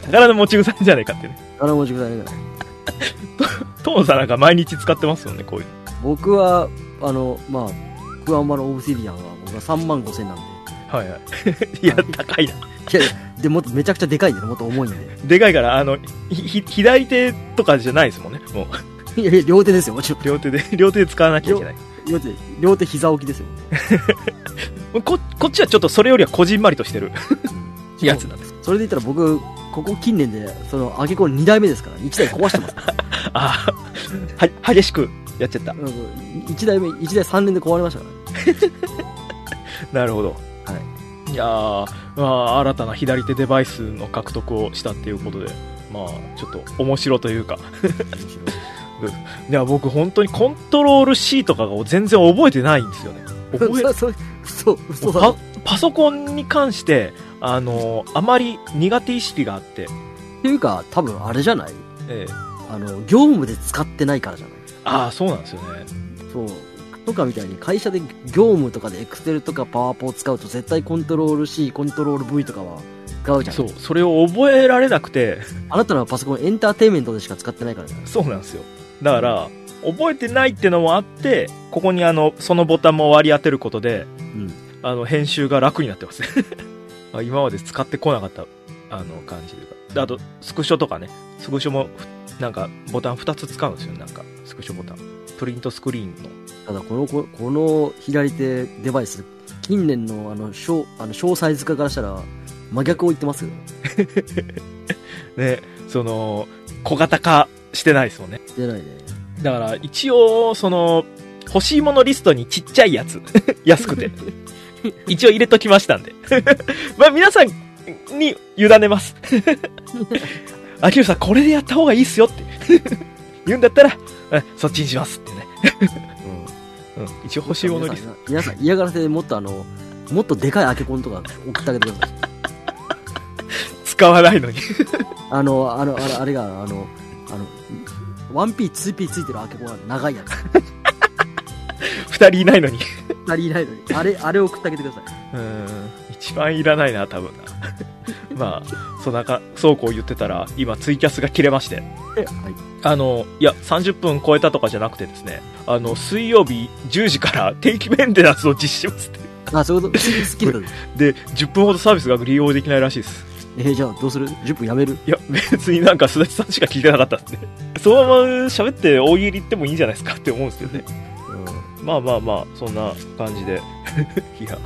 Speaker 1: ー、 宝の持ち腐れじゃないかってね。
Speaker 2: あの文字くらいね。
Speaker 1: トモさんなんか毎日使ってますよね、こういうの。
Speaker 2: 僕は、あの、まあ、クアンマのオブシディアンは僕は3万5千なんで。
Speaker 1: はいはい。 いや、高いな。
Speaker 2: いやいや、でもっとめちゃくちゃでかいんでね、もっと重いんで。
Speaker 1: でかいから、あの、ひ、ひ左手とかじゃないですもんね。もう、
Speaker 2: いやいや、両手ですよ、もちろん。
Speaker 1: 両手で、両手で使わなきゃいけない。
Speaker 2: 両手、両手膝置きですよ。
Speaker 1: こ、こっちはちょっとそれよりはこじんまりとしてるやつなんです。
Speaker 2: それで言ったら僕、ここ近年で、その、揚げ子2代目ですから、1台壊してます。
Speaker 1: ああ、は、激しくやっちゃった。
Speaker 2: 1台目、1台3年で壊れましたか
Speaker 1: なるほど。
Speaker 2: らね。はい。
Speaker 1: いやー、まあ、新たな左手デバイスの獲得をしたっていうことで、まあ、ちょっと面白というか。いや、僕本当にコントロール C とかを全然覚えてないんですよね。 覚え
Speaker 2: そう、そう、そう、嘘だ
Speaker 1: パ
Speaker 2: ろ。
Speaker 1: パソコンに関して、あのあまり苦手意識があって、
Speaker 2: っていうか、多分あれじゃない
Speaker 1: ええ
Speaker 2: あの、業務で使ってないからじゃない
Speaker 1: ああ、そうなんですよね。
Speaker 2: そう。とかみたいに会社で業務とかでエクセルとかパワポを使うと絶対コントロール C、コントロール V とかは使うじゃん。
Speaker 1: そう、それを覚えられなくて、
Speaker 2: あなたのパソコンエンターテインメントでしか使ってないからじゃない
Speaker 1: そうなんですよ。だから、覚えてないってのもあって、ここにあの、そのボタンも割り当てることで、
Speaker 2: うん。
Speaker 1: あの、編集が楽になってます。 あ今まで使ってこなかった、あの、感じというか。であと、スクショとかね。スクショもふ、なんか、ボタン2つ使うんですよね。なんか、スクショボタン。プリントスクリーンの。
Speaker 2: ただこの、ここの左手デバイス、近年のあの、小、あの、小サイズ化からしたら真逆を言ってますよね。
Speaker 1: ね、その、小型化してないですもんね。
Speaker 2: 出ないね。
Speaker 1: だから、一応、その、欲しいものリストにちっちゃいやつ。 安くて。一応入れときましたんで。 まあ、皆さんに委ねます。 あきるさん、これでやった方がいいっすよって 言うんだったら、うんそっちにしますってね。うん、一応欲しいものリスト。
Speaker 2: 皆さん、皆さん嫌がらせでもっとあの、もっとでかいアケコンとか送ってあげてください。
Speaker 1: 使わないのに。
Speaker 2: あの、あの、あれあれが、あの、あの、1P、2P ついてるアケコンは長いやつ。
Speaker 1: 二人いないのに。
Speaker 2: 足りないのに。あれ、あれを送ってあげてください。
Speaker 1: うん、一番いらないな、多分な。 まあ、そんなか、そうこう言ってたら、今ツイキャスが切れまして。
Speaker 2: はい。
Speaker 1: あの、いや、30分超えたとかじゃなくてですね、あの、水曜日10時から 定期メンテナンスを実施しますって。
Speaker 2: あ、そういうこと、スキルだ。
Speaker 1: で、10分ほどサービスが利用できないらしいです。
Speaker 2: えーじゃあどうする ?10 分やめる
Speaker 1: いや、別になんか、すだちさんしか聞いてなかったんで、 そのまま喋って大喜利行ってもいいんじゃないですかって思うんですけどね。まあまあまあ、そんな感じで。 いや、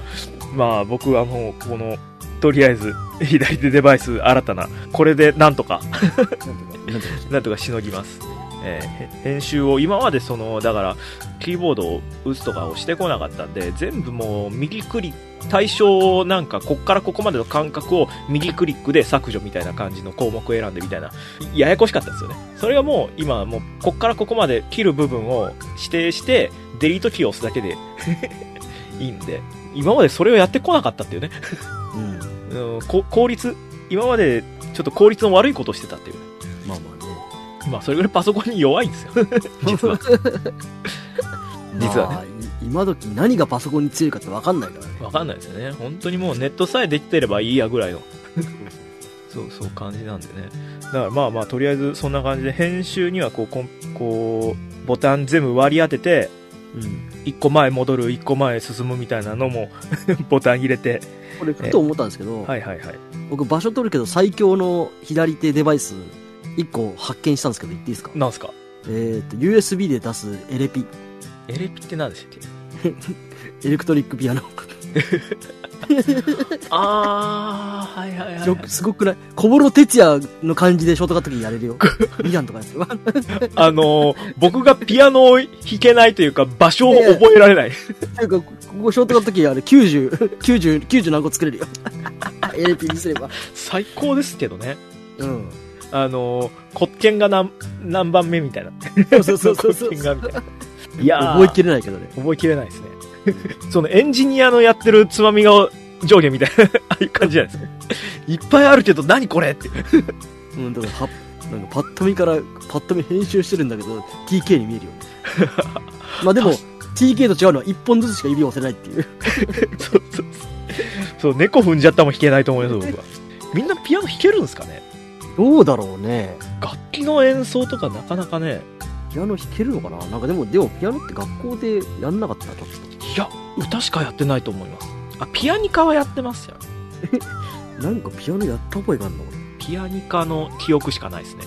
Speaker 1: まあ僕はもう、この、とりあえず、左手デバイス新たな、これでなんとか、
Speaker 2: なんとか、なんとかして。
Speaker 1: なんとかしのぎます。えーへ編集を今までそのだからキーボードを打つとかをしてこなかったんで全部もう右クリック対象をなんかこっからここまでの間隔を右クリックで削除みたいな感じの項目を選んでみたいなややこしかったですよねそれがもう今はもうこっからここまで切る部分を指定してデリートキーを押すだけで いいんで今までそれをやってこなかったっていうね
Speaker 2: うん。
Speaker 1: うんこ効率今までちょっと効率の悪いことをしてたっていう
Speaker 2: まあまあね。
Speaker 1: まあ、それぐらいパソコンに弱いんですよ。 実は。実はね
Speaker 2: まあ、い今時何がパソコンに強いかって分かんないからね。
Speaker 1: わかんないですよね。本当にもうネットさえできてればいいやぐらいの。そうそう感じなんでね。だからまあまあ、とりあえずそんな感じで、編集にはこう、こんこう、ボタン全部割り当てて、
Speaker 2: うん。
Speaker 1: 一個前戻る、一個前進むみたいなのも、 ボタン入れて。
Speaker 2: これ、ふと思ったんですけど、
Speaker 1: はいはいはい。
Speaker 2: 僕場所取るけど最強の左手デバイス1個発見したんですけど言っていいですか
Speaker 1: なんすか
Speaker 2: えーっと、USB で出すエレピ、
Speaker 1: エレピって何でしたっけ
Speaker 2: エレクトリックピアノ。
Speaker 1: あー、はいはい
Speaker 2: よくすごくない小室哲也の感じでショートカットにやれ るよ。ミランとかですよ。
Speaker 1: あのー僕がピアノを弾けないというか、場所を覚えられない。
Speaker 2: なんか、ここショートカット機あれ90、90、90何個作れるよ。エレピにすれば。
Speaker 1: 最高ですけどね。
Speaker 2: うん。
Speaker 1: あのー、骨剣が何何番目みたいな。
Speaker 2: そうそうそうそうそう
Speaker 1: 骨剣がみた いな。いやー
Speaker 2: 覚えきれないけどね。
Speaker 1: 覚えきれないですね。そのエンジニアのやってるつまみが上下みたいな、 ああいう感じじゃないですか。いっぱいあるけど、何これって。
Speaker 2: うん、だからはなんかパッと見からパッと見編集してるんだけど TK に見えるよねまあでも TK と違うのは1本ずつしか指を押せないっていう
Speaker 1: そうそうそう。そう、猫踏んじゃったも弾けないと思います、僕は。みんなピアノ弾けるんですかね
Speaker 2: どうだろうね
Speaker 1: 楽器の演奏とかなかなかね、
Speaker 2: ピアノ弾けるのかななんかでもでもピアノって学校でやんなかったちょっ
Speaker 1: いや、歌しかやってないと思います。あ、ピアニカはやってますよ。
Speaker 2: となんかピアノやった覚えがあるの
Speaker 1: ピアニカの記憶しかないですね。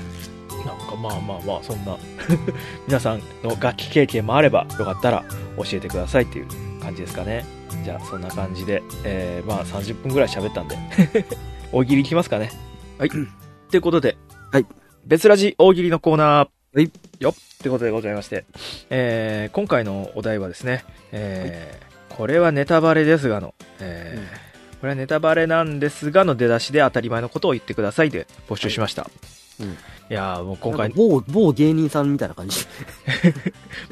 Speaker 1: なんかまあまあまあ、そんな、 皆さんの楽器経験もあれば、よかったら教えてくださいっていう感じですかね。じゃあ、そんな感じで、えー、まあ30分ぐらい喋ったんで、 大喜利いきますかね。はい。ってことで、
Speaker 2: はい。
Speaker 1: 別ラジ大喜利のコーナー。
Speaker 2: はい。
Speaker 1: よっ。ってことでございまして、えー、今回のお題はですね、えーこれはネタバレですがの、えー
Speaker 2: うん
Speaker 1: これはネタバレなんですがの出だしで当たり前のことを言ってくださいで募集しました。
Speaker 2: うん
Speaker 1: いやーもう今
Speaker 2: な
Speaker 1: 回
Speaker 2: んか、某某芸人さんみたいな感じ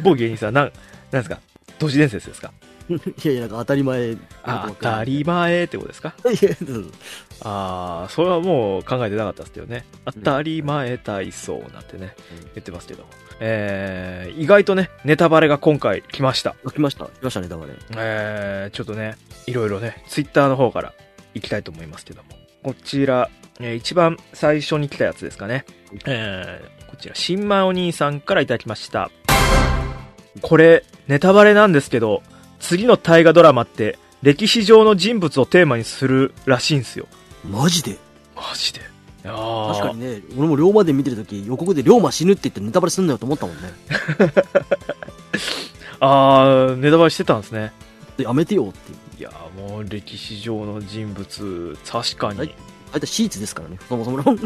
Speaker 1: 某芸人さん、なん、なんですか都市伝説ですか
Speaker 2: いやいやなんか当たり前
Speaker 1: あ
Speaker 2: よ
Speaker 1: 当
Speaker 2: くわか
Speaker 1: た
Speaker 2: んない
Speaker 1: り前ってことですか
Speaker 2: いやそうそう
Speaker 1: ああ、それはもう考えてなかったですよね。当たり前体操なんてね
Speaker 2: うん、
Speaker 1: 言ってますけども。えー、意外とね、ネタバレが今回来ました。
Speaker 2: あ来ました来ましたねだからね
Speaker 1: えー、ちょっとね、いろいろね、ツイッターの方から行きたいと思いますけども。こちら、えー一番最初に来たやつですかね。えー、こちら、新米お兄さんからいただきました。これ、ネタバレなんですけど、次の大河ドラマって、歴史上の人物をテーマにするらしいんですよ。
Speaker 2: マジで
Speaker 1: マジで。いや
Speaker 2: 確
Speaker 1: 確
Speaker 2: かにね俺も龍馬で見てる時予告で龍馬死ぬって言ってネタバレすんなよと思ったもんね
Speaker 1: あー、ネタバレしてたんですね。
Speaker 2: やめてよっていう
Speaker 1: いやーもう歴史上の人物、確かに。
Speaker 2: はいあいつはシーツですからねそもそも の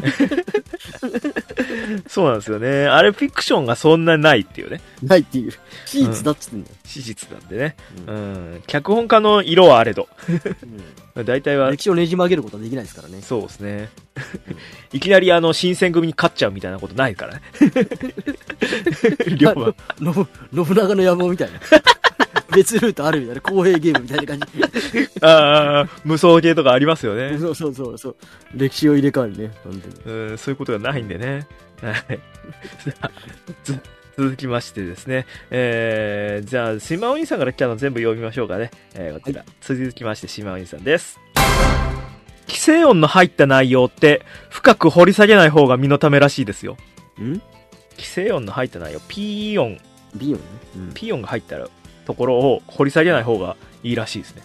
Speaker 1: そうなんですよね。あれ、フィクションがそんなないっていうね。
Speaker 2: ないっていうシーツだっつってんだよ、
Speaker 1: 史実なんでね。
Speaker 2: うん
Speaker 1: うん。脚本家の色はあれど。
Speaker 2: うん
Speaker 1: 大体は、
Speaker 2: 歴史をねじ曲げることはできないですからね
Speaker 1: そうですね。 いきなりあの、新選組に勝っちゃうみたいなことないからね。龍馬。
Speaker 2: の 信長の野望みたいな 別ルートあるみたいな公平ゲームみたいな感 じ
Speaker 1: ああ、無双系とかありますよね。
Speaker 2: そうそうそうそう歴史を入れ替わるね本当に
Speaker 1: うん、そういうことがないんでね。はい。 つ続きましてですね。えー、じゃあ、シマお兄さんから来たの全部読みましょうかね。えー、こちら。続きまして、シマお兄さんです。規制音の入った内容って、深く掘り下げない方が身のためらしいですよ。
Speaker 2: ん
Speaker 1: 規制音の入った内容、ピー音、
Speaker 2: ビヨンね、うん、
Speaker 1: ピー音が入ったところを掘り下げない方がいいらしいですね。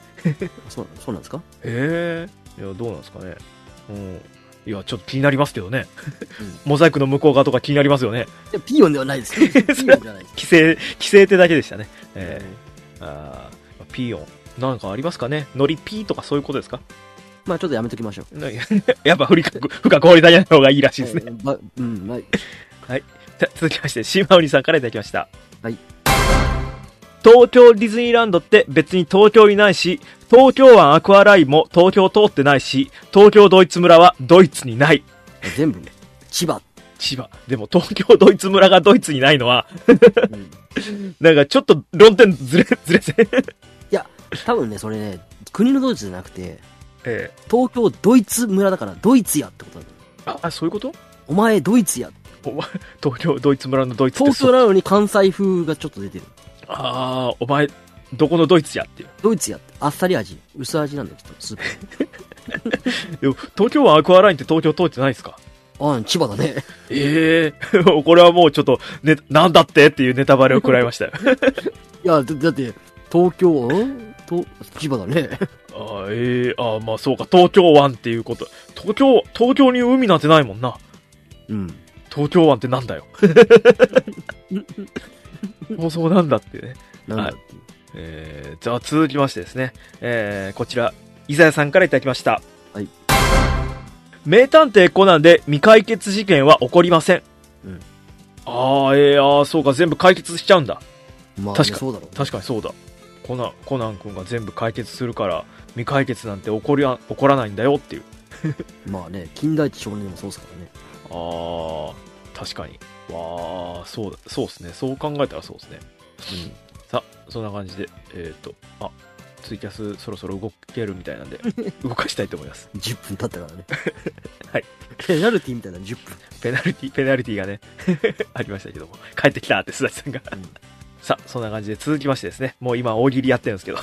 Speaker 2: そうなのそうなんですか、
Speaker 1: ええいやどうなんですかねうんいやちょっと気になりますけどね、
Speaker 2: う
Speaker 1: モザイクの向こう側とか気になりますよね
Speaker 2: いやピヨンではない ですよピヨンじゃないです
Speaker 1: 規制規制ってだけでしたねえーあーピーヨンなんかありますかねノリピーとかそういうことですか
Speaker 2: まあちょっとやめときましょう
Speaker 1: なやっぱ深く深く掘り下げない方がいいらしいですね
Speaker 2: うんばうんまあ
Speaker 1: じゃあ 続きまして、シーマウリさんからいただきました。
Speaker 2: はい。
Speaker 1: 東京ディズニーランドって別に東京いないし、東京湾アクアラインも東京通ってないし、東京ドイツ村はドイツにない。
Speaker 2: 全部千葉、
Speaker 1: 千葉。でも東京ドイツ村がドイツにないのは、
Speaker 2: うん、い
Speaker 1: なんかちょっと論点ずれ、ずれせ。
Speaker 2: や多分ねそれね国のドイツじゃなくて
Speaker 1: ええ
Speaker 2: 東京ドイツ村だからドイツやってことだ
Speaker 1: あ、あそういうこと
Speaker 2: お前ドイツや
Speaker 1: お前、 東京ドイツ村のドイツって
Speaker 2: 東京
Speaker 1: そう。
Speaker 2: なのに関西風がちょっと出てる
Speaker 1: ああ、お前、どこのドイツやっていう。
Speaker 2: ドイツやってあっさり味薄味なんだよちょっとスープ
Speaker 1: でも東京湾アクアラインって東京通ってないですか
Speaker 2: ああ千葉だね
Speaker 1: ええ これはもうちょっと、ね、なんだってっていうネタバレを食らいましたよ。
Speaker 2: いやだだって東京んと千葉だね
Speaker 1: ああええああまあそうか、東京湾っていうこと。東京、東京に海なんてないもんな。
Speaker 2: うん
Speaker 1: 東京湾ってなんだよ。もうそうなんだってね。
Speaker 2: なんだっていう
Speaker 1: えー、じゃあ続きましてですね、えー、こちら、伊沢さんからいただきました。
Speaker 2: はい。
Speaker 1: 名探偵コナンで未解決事件は起こりません。
Speaker 2: うん。
Speaker 1: ああ、ええああ、そうか、全部解決しちゃうんだ。
Speaker 2: まあ
Speaker 1: 確か
Speaker 2: そうだろう
Speaker 1: 確かにそうだコナンコナン君が全部解決するから未解決なんて起こりゃ起こらないんだよっていう
Speaker 2: まあね近代一少年もそうですからね
Speaker 1: あー確かにわあそうそうですねそう考えたらそうですねさあそんな感じでえっ、とあツイキャスそろそろ動けるみたい なんで動かしたいと思います
Speaker 2: 10分経ったからね
Speaker 1: はい
Speaker 2: ペナルティみたいなの10分
Speaker 1: ペナルティペナルティがね ありましたけども帰ってきたって須田さんが、
Speaker 2: ん
Speaker 1: さあそんな感じで続きましてですねもう今大喜利やってるんですけど、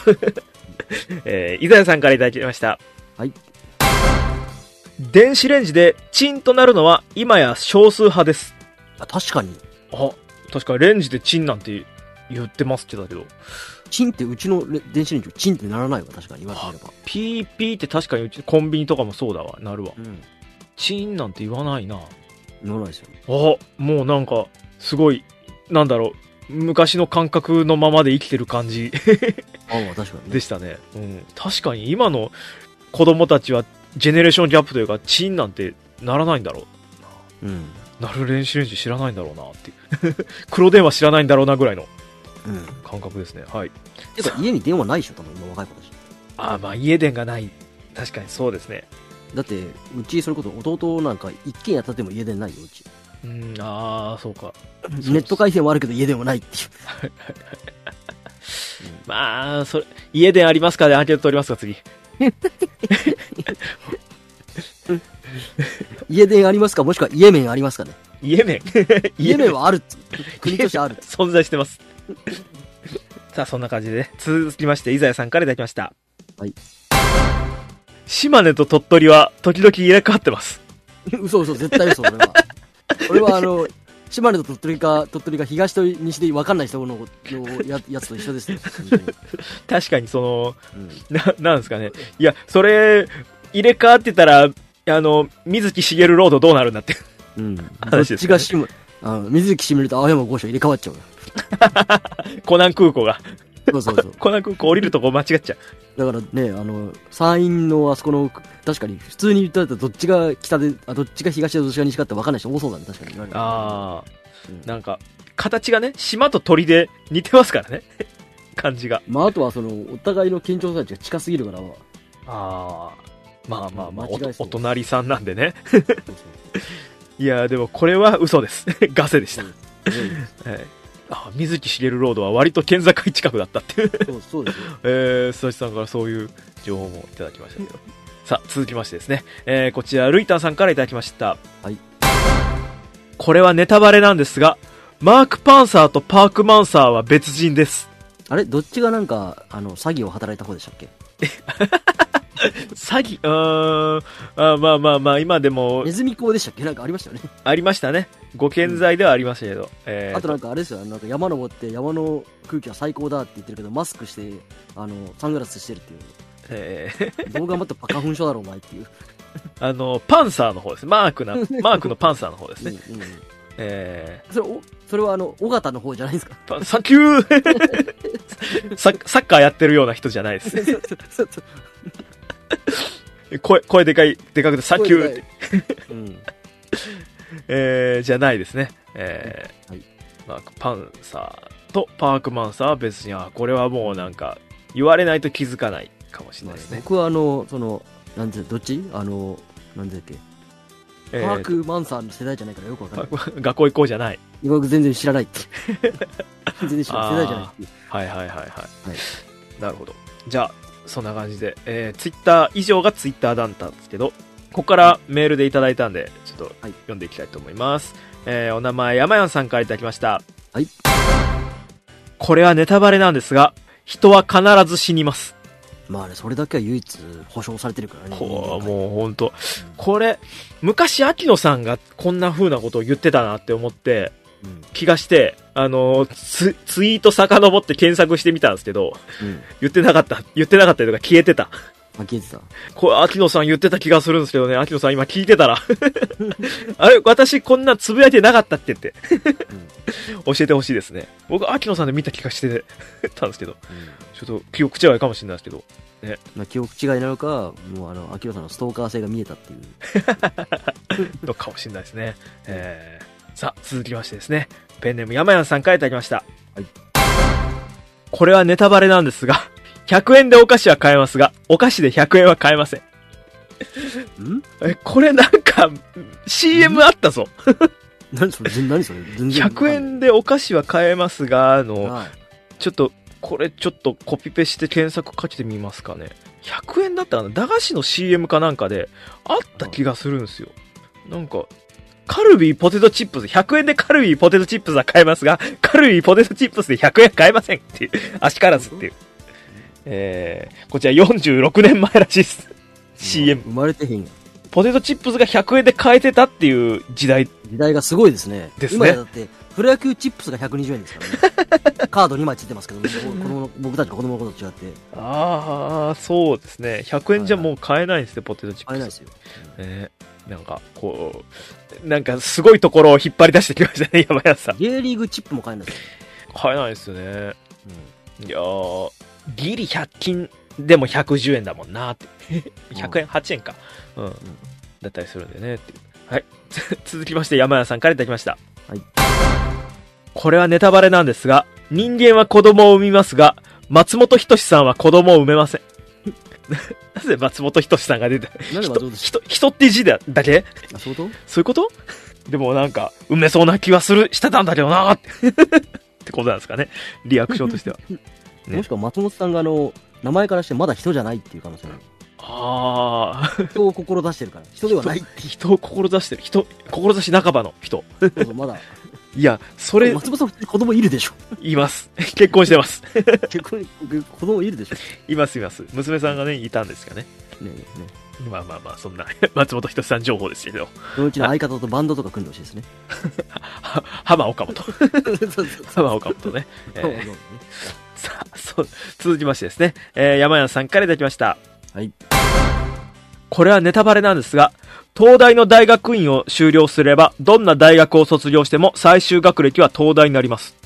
Speaker 1: えー、伊沢さんからいただきました
Speaker 2: はい
Speaker 1: 電子レンジでチンとなるのは今や少数派です
Speaker 2: あ確かに
Speaker 1: あ確かレンジでチンなんて言ってますってだけど
Speaker 2: チンってうちのレ電子レンジチンってならないわ確かに言われてみれば
Speaker 1: ピーピーって確かにうちコンビニとかもそうだわなるわ
Speaker 2: うん
Speaker 1: チンなんて言わないな
Speaker 2: ならないですよね
Speaker 1: あもうなんかすごいなんだろう昔の感覚のままで生きてる感じ
Speaker 2: ああ確か に
Speaker 1: で
Speaker 2: ね
Speaker 1: したね、うん、確かに今の子供たちはジェネレーションギャップというかチンなんてならないんだろ
Speaker 2: うん
Speaker 1: うなる練習レンジ知らないんだろうなっていう 黒電話知らないんだろうなぐらいの
Speaker 2: うん
Speaker 1: 感覚ですねはい
Speaker 2: てか家に電話ないでしょ多分今若い子たち
Speaker 1: ああまあ家電がない確かにそうですね
Speaker 2: だってうちそれこそ弟なんか一軒やったっても家電ないようち
Speaker 1: うんああそうかす
Speaker 2: ネット回線はあるけど家電はないっていう
Speaker 1: まあそれ家電ありますかでアンケート取りますか次
Speaker 2: 家電ありますかもしくは家麺ありますかね
Speaker 1: 家麺
Speaker 2: 家麺はあるっつ国としてあるっつ
Speaker 1: 存在してます。 さあ、そんな感じで、ね、続きまして、伊沢さんからいただきました。
Speaker 2: はい。
Speaker 1: 島根と鳥取は、時々入れ替わってます。
Speaker 2: 嘘嘘絶対嘘俺は俺はあの島根と鳥取か鳥取か東と西で分かんない人ののややつと一緒ですよ本当に
Speaker 1: 確かに、その、
Speaker 2: うん
Speaker 1: な、なんですかね。いや、それ、入れ替わってたら、あの、水木しげるロードどうなるんだって。
Speaker 2: うん。どっ
Speaker 1: 話ですよね
Speaker 2: ちがしむ、あの、水木しめると青山豪昌入れ替わっちゃうよ。
Speaker 1: コナン空港が。
Speaker 2: そうそう そう。
Speaker 1: コナン空港降りるとこ間違っちゃう。
Speaker 2: だからね、あの、山陰のあそこの、確かに、普通に言ったらどっちが北で、あ、どっちが東でどっちが西かって分かんない人多そうだね、確かに言われる。
Speaker 1: あ
Speaker 2: うん
Speaker 1: あ、なんか、形がね、島と鳥で似てますからね。 感じが。
Speaker 2: まあ、あとはその、お互いの緊張差値が近すぎる から、
Speaker 1: ああ。まあまあまあ、お
Speaker 2: 間違いそう
Speaker 1: お隣さんなんでね。
Speaker 2: そう
Speaker 1: いやーでもこれは嘘です ガセでした、
Speaker 2: う
Speaker 1: は
Speaker 2: んそう
Speaker 1: い、あ水木しげるロードは割と県境近くだったっていう、
Speaker 2: そうそうですよ。
Speaker 1: えー、須田さんからそういう情報もいただきましたけどさあ続きましてですね、えー、こちらルイタンさんからいただきました、
Speaker 2: はい、
Speaker 1: これはネタバレなんですがマーク・パンサーとパーク・マンサーは別人です
Speaker 2: あれどっちがなんか、あの、詐欺を働いた方でしたっけ
Speaker 1: 詐欺うーんあーまあまあまあ今でも
Speaker 2: ネズミ講でしたっけなんかありましたよね。
Speaker 1: ありましたねご健在ではありましたけど、えー
Speaker 2: あとなんかあれですよ、なんか山登って山の空気は最高だって言ってるけど、マスクして、あの、サングラスしてるっていう。
Speaker 1: えー
Speaker 2: どう頑張っても花粉症だろ、お前っていう。
Speaker 1: あの、パンサーの方ですね。マーク な、マークのパンサーの方です
Speaker 2: うん
Speaker 1: ね。
Speaker 2: うんうん
Speaker 1: え
Speaker 2: それ、お、それはあの、尾形の方じゃない ですか。
Speaker 1: ー、パサンキューササッカー やってるような人じゃないです。声、声でかい、でかくてサンキューって、
Speaker 2: うん。
Speaker 1: えー、じゃないですね。えー
Speaker 2: はい
Speaker 1: マークパンサーとパークマンサーは別に、あ、これはもうなんか、言われないと気づかないかもしれないですね。
Speaker 2: 僕はあの、その、なんていうのどっちあの、なんていうっけ、
Speaker 1: え
Speaker 2: パークマンサーの世代じゃないからよくわかん
Speaker 1: パ
Speaker 2: ない。
Speaker 1: ーク 学校行こうじゃない。
Speaker 2: 僕全然知らな いっていう。全然知らない。世代じゃないっていう。
Speaker 1: はいはいはいはい、
Speaker 2: は
Speaker 1: なるほどじゃあそんな感じで、えー、ツイッター以上がツイッターだったんですけどここからメールでいただいたんでちょっと
Speaker 2: はい
Speaker 1: 読んでいきたいと思います、えーお名前山やんさんからいただきました
Speaker 2: はい
Speaker 1: これはネタバレなんですが人は必ず死にます
Speaker 2: まあね、それだけは唯一保証されてるからね。
Speaker 1: こう
Speaker 2: う。
Speaker 1: もう本当これ昔秋野さんがこんな風なことを言ってたなって思って
Speaker 2: うん。
Speaker 1: 気がしてあのツツイート遡って検索してみたんですけど
Speaker 2: うん。
Speaker 1: 言ってなかった言ってなかったりとか消えてた
Speaker 2: あ、消えてた。
Speaker 1: これ、秋野さん言ってた気がするんですけどね、秋野さん今聞いてたら。 あれ、私こんなつぶやいてなかったって言って。教えてほしいですね。僕、秋野さんで見た気がしてたんですけど、ちょっと記憶違いかもしれないですけど。
Speaker 2: まあ、記憶違いなのか、もうあの、秋葉さんのストーカー性が見えたっていう。
Speaker 1: のかもしれないですね。えー、さあ、続きましてですね。ペンネーム山やんさんからいただきました。
Speaker 2: はい
Speaker 1: これはネタバレなんですが、100円でお菓子は買えますが、お菓子で100円は買えません。
Speaker 2: ん
Speaker 1: え、これなんか、CM あったぞ。
Speaker 2: 何それ全何それ全然わかんな
Speaker 1: 100
Speaker 2: い。
Speaker 1: 円でお菓子は買えますが、あの、
Speaker 2: はい。
Speaker 1: ちょっと、これちょっとコピペして検索かけてみますかね。100円だったかな駄菓子の CM かなんかであった気がするんですよ。なんか、カルビーポテトチップス、100円でカルビーポテトチップスは買えますが、カルビーポテトチップスで100円買えませんっていう、足からずっていう。えー、こちら46年前らしいです。CM。
Speaker 2: 生まれてへんやん
Speaker 1: ポテトチップスが100円で買えてたっていう時代。
Speaker 2: 時代がすごいですね。
Speaker 1: ですね
Speaker 2: 今やだって、プロ野球チップスが120円ですから ね。カード2枚ついてますけど、この僕たちの子供の頃と違って、
Speaker 1: ああ、そうですね。100円じゃもう買えないですね、ポテトチップ
Speaker 2: 買
Speaker 1: ス。
Speaker 2: えないですよ。
Speaker 1: ね、なんかこうなんかすごいところを引っ張り出してきましたね 山谷さん
Speaker 2: J リーグチップも買えないですよ。
Speaker 1: 買えないですよねいやーギリ100均でも110円だもんなって 100円8円かうん、だったりするんでねっていうはいつ 続きまして山谷さんからいただきました、
Speaker 2: はい、
Speaker 1: これはネタバレなんですが人間は子供を産みますが松本人志さんは子供を産めません なぜ松本人志さんが出て
Speaker 2: なればど
Speaker 1: 人
Speaker 2: うです
Speaker 1: 人人っていう字だだけ
Speaker 2: あ、相当
Speaker 1: そういうこと でもなんか、埋めそうな気はする、してたんだけどなってってことなんですかね。リアクションとしては。ね
Speaker 2: もしくは松本さんがあの、名前からしてまだ人じゃないっていう可能性もある
Speaker 1: ああ、
Speaker 2: 人を志してるから。人ではない。
Speaker 1: 人を志してる。人、志半ばの人。
Speaker 2: そうそ うまだ。
Speaker 1: いや、そ れ、
Speaker 2: 松本さん普通に子供いるでしょ。
Speaker 1: 言います。結婚してます。
Speaker 2: 結婚、子供いるでしょ。
Speaker 1: います、います。娘さんがね、いたんですかね。
Speaker 2: ねえねえ
Speaker 1: まあまあまあ、そんな、 松本人志さん情報ですけど、
Speaker 2: そのうちの相方とバンドとか組んでほし いですね。
Speaker 1: は浜岡本。
Speaker 2: そうそう そう
Speaker 1: 浜岡本ね。え
Speaker 2: そうそう
Speaker 1: ーさあ、そう、続きましてですね、えー山谷さんからいただきました。
Speaker 2: はい。
Speaker 1: これはネタバレなんですが、東大の大学院を修了すれば、どんな大学を卒業しても最終学歴は東大になります。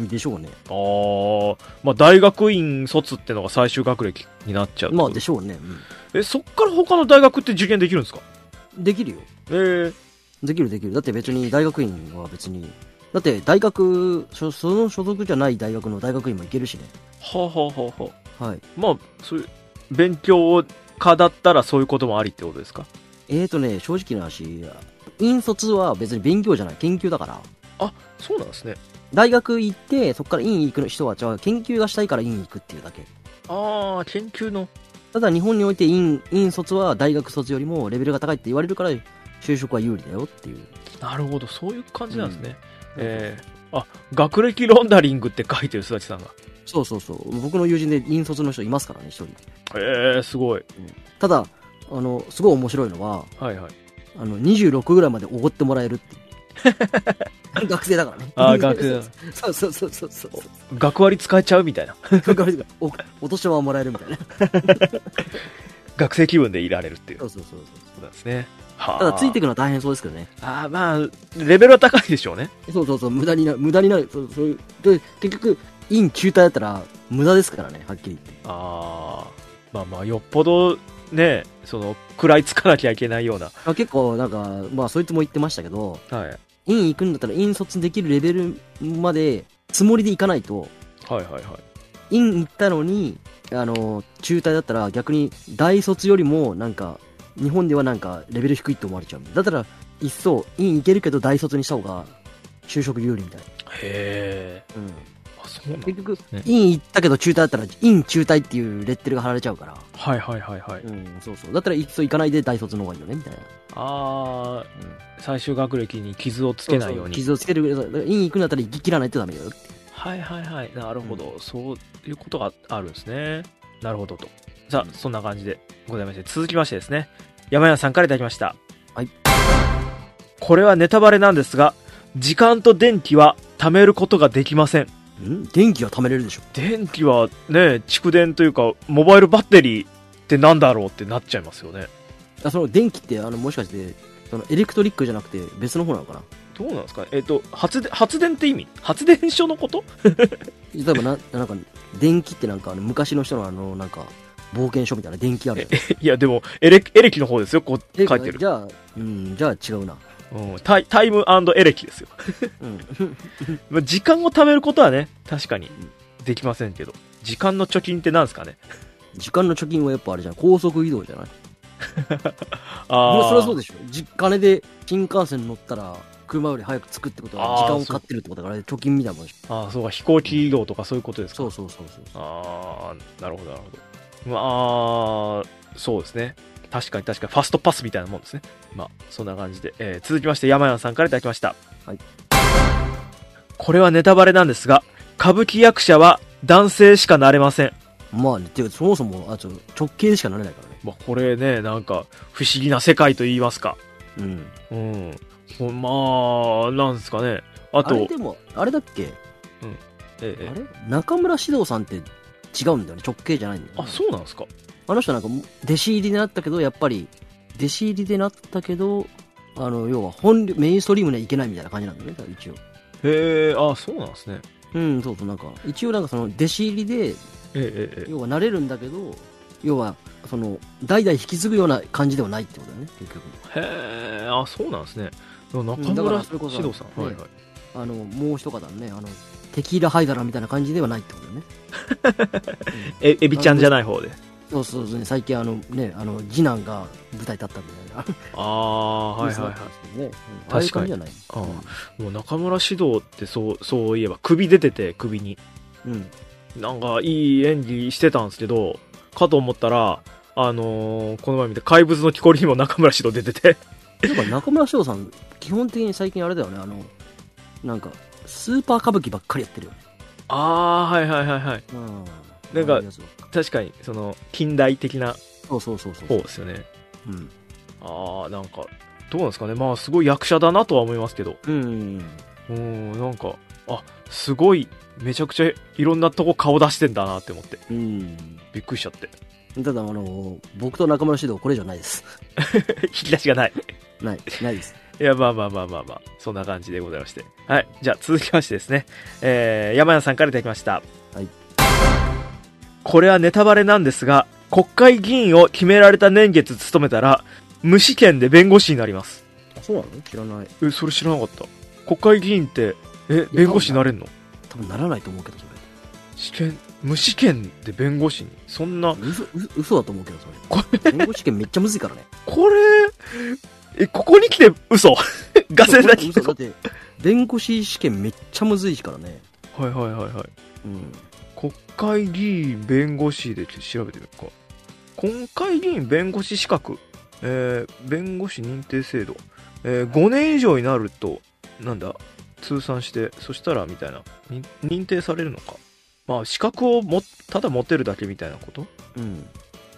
Speaker 2: でしょうね。
Speaker 1: あー、まあ大学院卒ってのが最終学歴になっちゃう。
Speaker 2: まあでしょうね。う
Speaker 1: え、そっから他の大学って受験できるんですか
Speaker 2: んできるよ。
Speaker 1: えー、
Speaker 2: できるできる。だって別に大学院は別に。だって大学、そその所属じゃない大学の大学院も行けるしね。
Speaker 1: はあ、はあはあはあ、
Speaker 2: はい。
Speaker 1: まあ、そういう、勉強家だったらそういうこともありってことですか
Speaker 2: えーとね、正直な話、院卒は別に勉強じゃない、研究だから。
Speaker 1: そうなんですね。
Speaker 2: 大学行って、そこから院行く人は、じゃあ研究がしたいから院行くっていうだけ。
Speaker 1: あー、研究の。
Speaker 2: ただ日本において院、院卒は大学卒よりもレベルが高いって言われるから、就職は有利だよっていう。
Speaker 1: なるほど、そういう感じなんですね。
Speaker 2: うん
Speaker 1: えー、あ、学歴ロンダリングって書いてる、すだちさんが。
Speaker 2: そうそうそう。僕の友人で院卒の人いますからね、一人。
Speaker 1: えー、すごい。
Speaker 2: ただ、あの、すごい面白いのは、
Speaker 1: はいはい。
Speaker 2: あの、26ぐらいまでおごってもらえるっていう。 学生だからね。
Speaker 1: あー学生だ
Speaker 2: そうそうそうそうそう。
Speaker 1: 学割使えちゃうみた いな。
Speaker 2: 学生だおお年玉もらえるみたいな。
Speaker 1: 学生気分でいられるっていう
Speaker 2: そ
Speaker 1: こ
Speaker 2: うそうそうそう。
Speaker 1: となんですね。は
Speaker 2: ただ、ついていくのは大変そうですけどね。
Speaker 1: あーまあ、レベルは高いでしょうね。
Speaker 2: そうそうそう、無駄になる、無駄になる。そうそういうで、結局、院中退だったら、無駄ですからね、はっきり言って。
Speaker 1: あーまあまあ、よっぽど、ね、その、食らいつかなきゃいけないような。
Speaker 2: あ結構、なんか、まあ、そいつも言ってましたけど、
Speaker 1: はい。はい
Speaker 2: 院行くんだったら、院卒できるレベルまで、つもりで行かないと、
Speaker 1: はいはい。
Speaker 2: 院行ったのに、あの、中退だったら逆に大卒よりもなんか、日本ではなんかレベル低いと思われちゃう。だったら、いっそ、院行けるけど大卒にした方が、就職有利みたいな。
Speaker 1: へえ。
Speaker 2: うん。
Speaker 1: あ、そうなんだ
Speaker 2: 結局
Speaker 1: ね、
Speaker 2: 院行ったけど中退だったら、院中退っていうレッテルが貼られちゃうから。
Speaker 1: はいはいはいはい。
Speaker 2: うん、そうそう。だったらいっそ行かないで大卒の方がいいよね、みたいな。
Speaker 1: あー
Speaker 2: うん
Speaker 1: 最終学歴に傷をつけないように。
Speaker 2: 傷をつけるぐらいだから、院行くんだったら行き切らないとダメだよ。
Speaker 1: はいはいはい。なるほど。そういうことがあるんですね。なるほどと。さあ、そんな感じでございまして、続きましてですね、山谷さんからいただきました。
Speaker 2: はい。
Speaker 1: これはネタバレなんですが、時間と電気は貯めることができません。
Speaker 2: ん電気は貯めれるでしょ。
Speaker 1: 電気はね、蓄電というか、モバイルバッテリーってなんだろうってなっちゃいますよね。
Speaker 2: あ、その電気って、あの、もしかして、そのエレクトリックじゃなくて別の方なのかな
Speaker 1: どうなんですかえっ、と、発電、発電って意味発電所のこと
Speaker 2: 例えばな、なんか、電気ってなんか、あの昔の人のあの、なんか、冒険書みたいな電気あるよ。
Speaker 1: いや、でも、エレ、エレキの方ですよ。こう、書いてる。
Speaker 2: じゃあ、うん、じゃあ違うな。
Speaker 1: うん、タイタイムエレキですよ。
Speaker 2: うん。
Speaker 1: まあ、時間を貯めることはね、確かにできませんけど。時間の貯金ってなんですかね
Speaker 2: 時間の貯金はやっぱあれじゃん。高速移動じゃない
Speaker 1: あ
Speaker 2: それはそう
Speaker 1: で
Speaker 2: でしょ。じ金で新幹線乗ったら、車より早く着くってこと
Speaker 1: あー
Speaker 2: は時間を買ってるってことだから貯金みたいなもんでしょ
Speaker 1: ああ、そうか、飛行機移動とかそういうことですか。
Speaker 2: そうそうそうそう
Speaker 1: ああ、なるほど、なるほど。まあ、そうですね。確かに確かに、ファストパスみたいなもんですね。まあ、そんな感じで。えー続きまして、山山さんからいただきました。
Speaker 2: はい
Speaker 1: これはネタバレなんですが、歌舞伎役者は男性しかなれません。
Speaker 2: まあねていうかそもそもあちょ直径でしかなれないからね
Speaker 1: まあ、これね、なんか、不思議な世界と言いますか。
Speaker 2: うん
Speaker 1: うん。ほまあ、なんですかね。あ
Speaker 2: あ
Speaker 1: と、
Speaker 2: れでもあれだっけ
Speaker 1: え
Speaker 2: あ
Speaker 1: え
Speaker 2: れ中村獅童さんって違うんだよね直径じゃないんだよ、ね、
Speaker 1: あ、そうなんですか。
Speaker 2: あの人なんか弟子入りでなったけどやっぱり弟子入りでなったけどあの要は本流メインストリームにはいけないみたいな感じなんだよねだから一応
Speaker 1: へえ、あ、そうなんですね。
Speaker 2: うんそうそうなんか一応なんかその弟子入りで
Speaker 1: ええええええ
Speaker 2: 要はなれるんだけど要はその代々引き継ぐような感じではないってことだよね結局
Speaker 1: へえ、あ、そうなんですね。中
Speaker 2: うんだか
Speaker 1: 村
Speaker 2: ら
Speaker 1: 獅
Speaker 2: それこそ
Speaker 1: 童さん。
Speaker 2: ね
Speaker 1: はいはい。
Speaker 2: あのもう一方ねあのテキーラハイダラみたいな感じではないってことだよね
Speaker 1: え、エビちゃんじゃない方で。
Speaker 2: そうそうそう、ね、最近あのねあの次男が舞台立ったみたいな
Speaker 1: ああ、 はいはいはい。
Speaker 2: ね、うんああいう感じじゃない
Speaker 1: ああもう中村獅童ってそう、そういえば首出てて、首に。
Speaker 2: うん
Speaker 1: なんかいい演技してたんですけど、かと思ったら、あのーこの前見て怪物の木こりにも中村獅童出てて。
Speaker 2: ていうか中村翔さん基本的に最近あれだよねあのなんかスーパー歌舞伎ばっかりやってるよね
Speaker 1: ああ、はいはいはいはい。
Speaker 2: うん
Speaker 1: なんか
Speaker 2: ああいうやつばっか
Speaker 1: 確かに、その、近代的な
Speaker 2: そうそうそうそう
Speaker 1: 方ですよね。
Speaker 2: うん
Speaker 1: ああ、なんか、どうなんですかね。まあ、すごい役者だなとは思いますけど。
Speaker 2: うんうん
Speaker 1: うん、なんか、あ、すごい、めちゃくちゃいろんなとこ顔出してんだなって思って、
Speaker 2: うん
Speaker 1: びっくりしちゃって。
Speaker 2: ただあの僕と中村獅童これじゃないです
Speaker 1: 引き出しがない。
Speaker 2: ないないです
Speaker 1: いや、まあまあまあまあまあ、そんな感じでございまして。はい。じゃあ、続きましてですね、えー、山谷さんからいただきました。
Speaker 2: はい。
Speaker 1: これはネタバレなんですが、国会議員を決められた年月務めたら、無試験で弁護士になります。
Speaker 2: そうなの知らない
Speaker 1: え、それ知らなかった。国会議員って、え、弁護士になれんの
Speaker 2: 多分ならないと思うけどそれ
Speaker 1: 試験、無試験で弁護士にそんな、
Speaker 2: 嘘嘘嘘だと思うけどそれ
Speaker 1: こ
Speaker 2: 弁護士試験めっちゃむずいから ね
Speaker 1: これ、え、ここに来て嘘 ガセだけ
Speaker 2: 嘘だって弁護士試験めっちゃむずいからね
Speaker 1: はいはいはいはい。
Speaker 2: うん
Speaker 1: 国会議員弁護士で調べてみるか。国会議員弁護士資格、えー、弁護士認定制度、えー、5年以上になると、なんだ、通算して、そしたらみたいな、に認定されるのか。まあ、資格をも、ただ持てるだけみたいなこと
Speaker 2: うん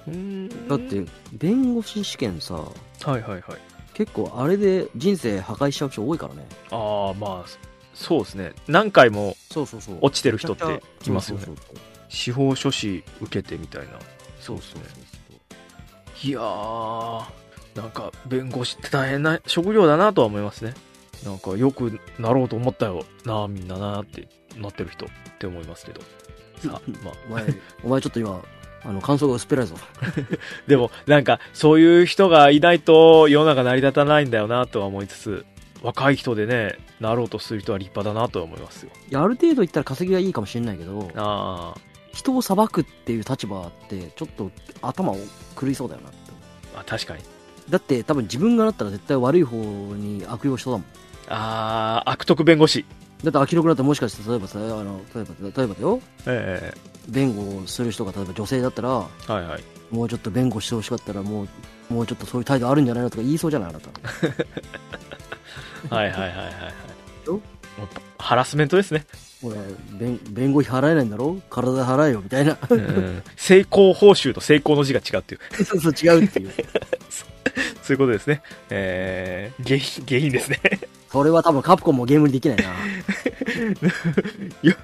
Speaker 1: うーん。
Speaker 2: だって、弁護士試験さ
Speaker 1: はいはいはい。
Speaker 2: 結構あれで人生破壊しちゃう人多いからね
Speaker 1: ああ、まあ、そそうですね。何回も
Speaker 2: そうそうそう
Speaker 1: 落ちてる人っていますよね
Speaker 2: そう。
Speaker 1: 司法書士受けてみたいな
Speaker 2: そうそうそう
Speaker 1: いやーなんか弁護士って大変な職業だなとは思いますねなんかよくなろうと思ったよなあみんななあってなってる人って思いますけどさあまあ
Speaker 2: お前お前ちょっと今あの感想が薄っぺらいぞ
Speaker 1: でもなんかそういう人がいないと世の中成り立たないんだよなとは思いつつ若い人でねなろうとする人は立派だなとは思いますよ
Speaker 2: いやある程度いったら稼ぎはいいかもしれないけど
Speaker 1: あ
Speaker 2: 人を裁くっていう立場ってちょっと頭を狂いそうだよなって
Speaker 1: ーあ確かに
Speaker 2: だって多分自分がなったら絶対悪い方に悪用しそうだもん
Speaker 1: ああ悪徳弁護士
Speaker 2: だって秋のくなってもしかして例えばさあの例えば例えばだよ
Speaker 1: え
Speaker 2: 弁護をする人が例えば女性だったら
Speaker 1: えはいはい
Speaker 2: もうちょっと弁護してほしかったらもうもうちょっとそういう態度あるんじゃないのとか言いそうじゃないあなた
Speaker 1: はいはいはいはいはい
Speaker 2: よ
Speaker 1: もうハラスメントですね
Speaker 2: ほら弁弁護費払えないんだろ体払えよみたいな
Speaker 1: うん成功報酬と成功の字が違うっていう、
Speaker 2: そうそう違うっていう
Speaker 1: そういうことですね。えー、原因、原因 ですね。
Speaker 2: それは多分カプコンもゲームにできないな
Speaker 1: よ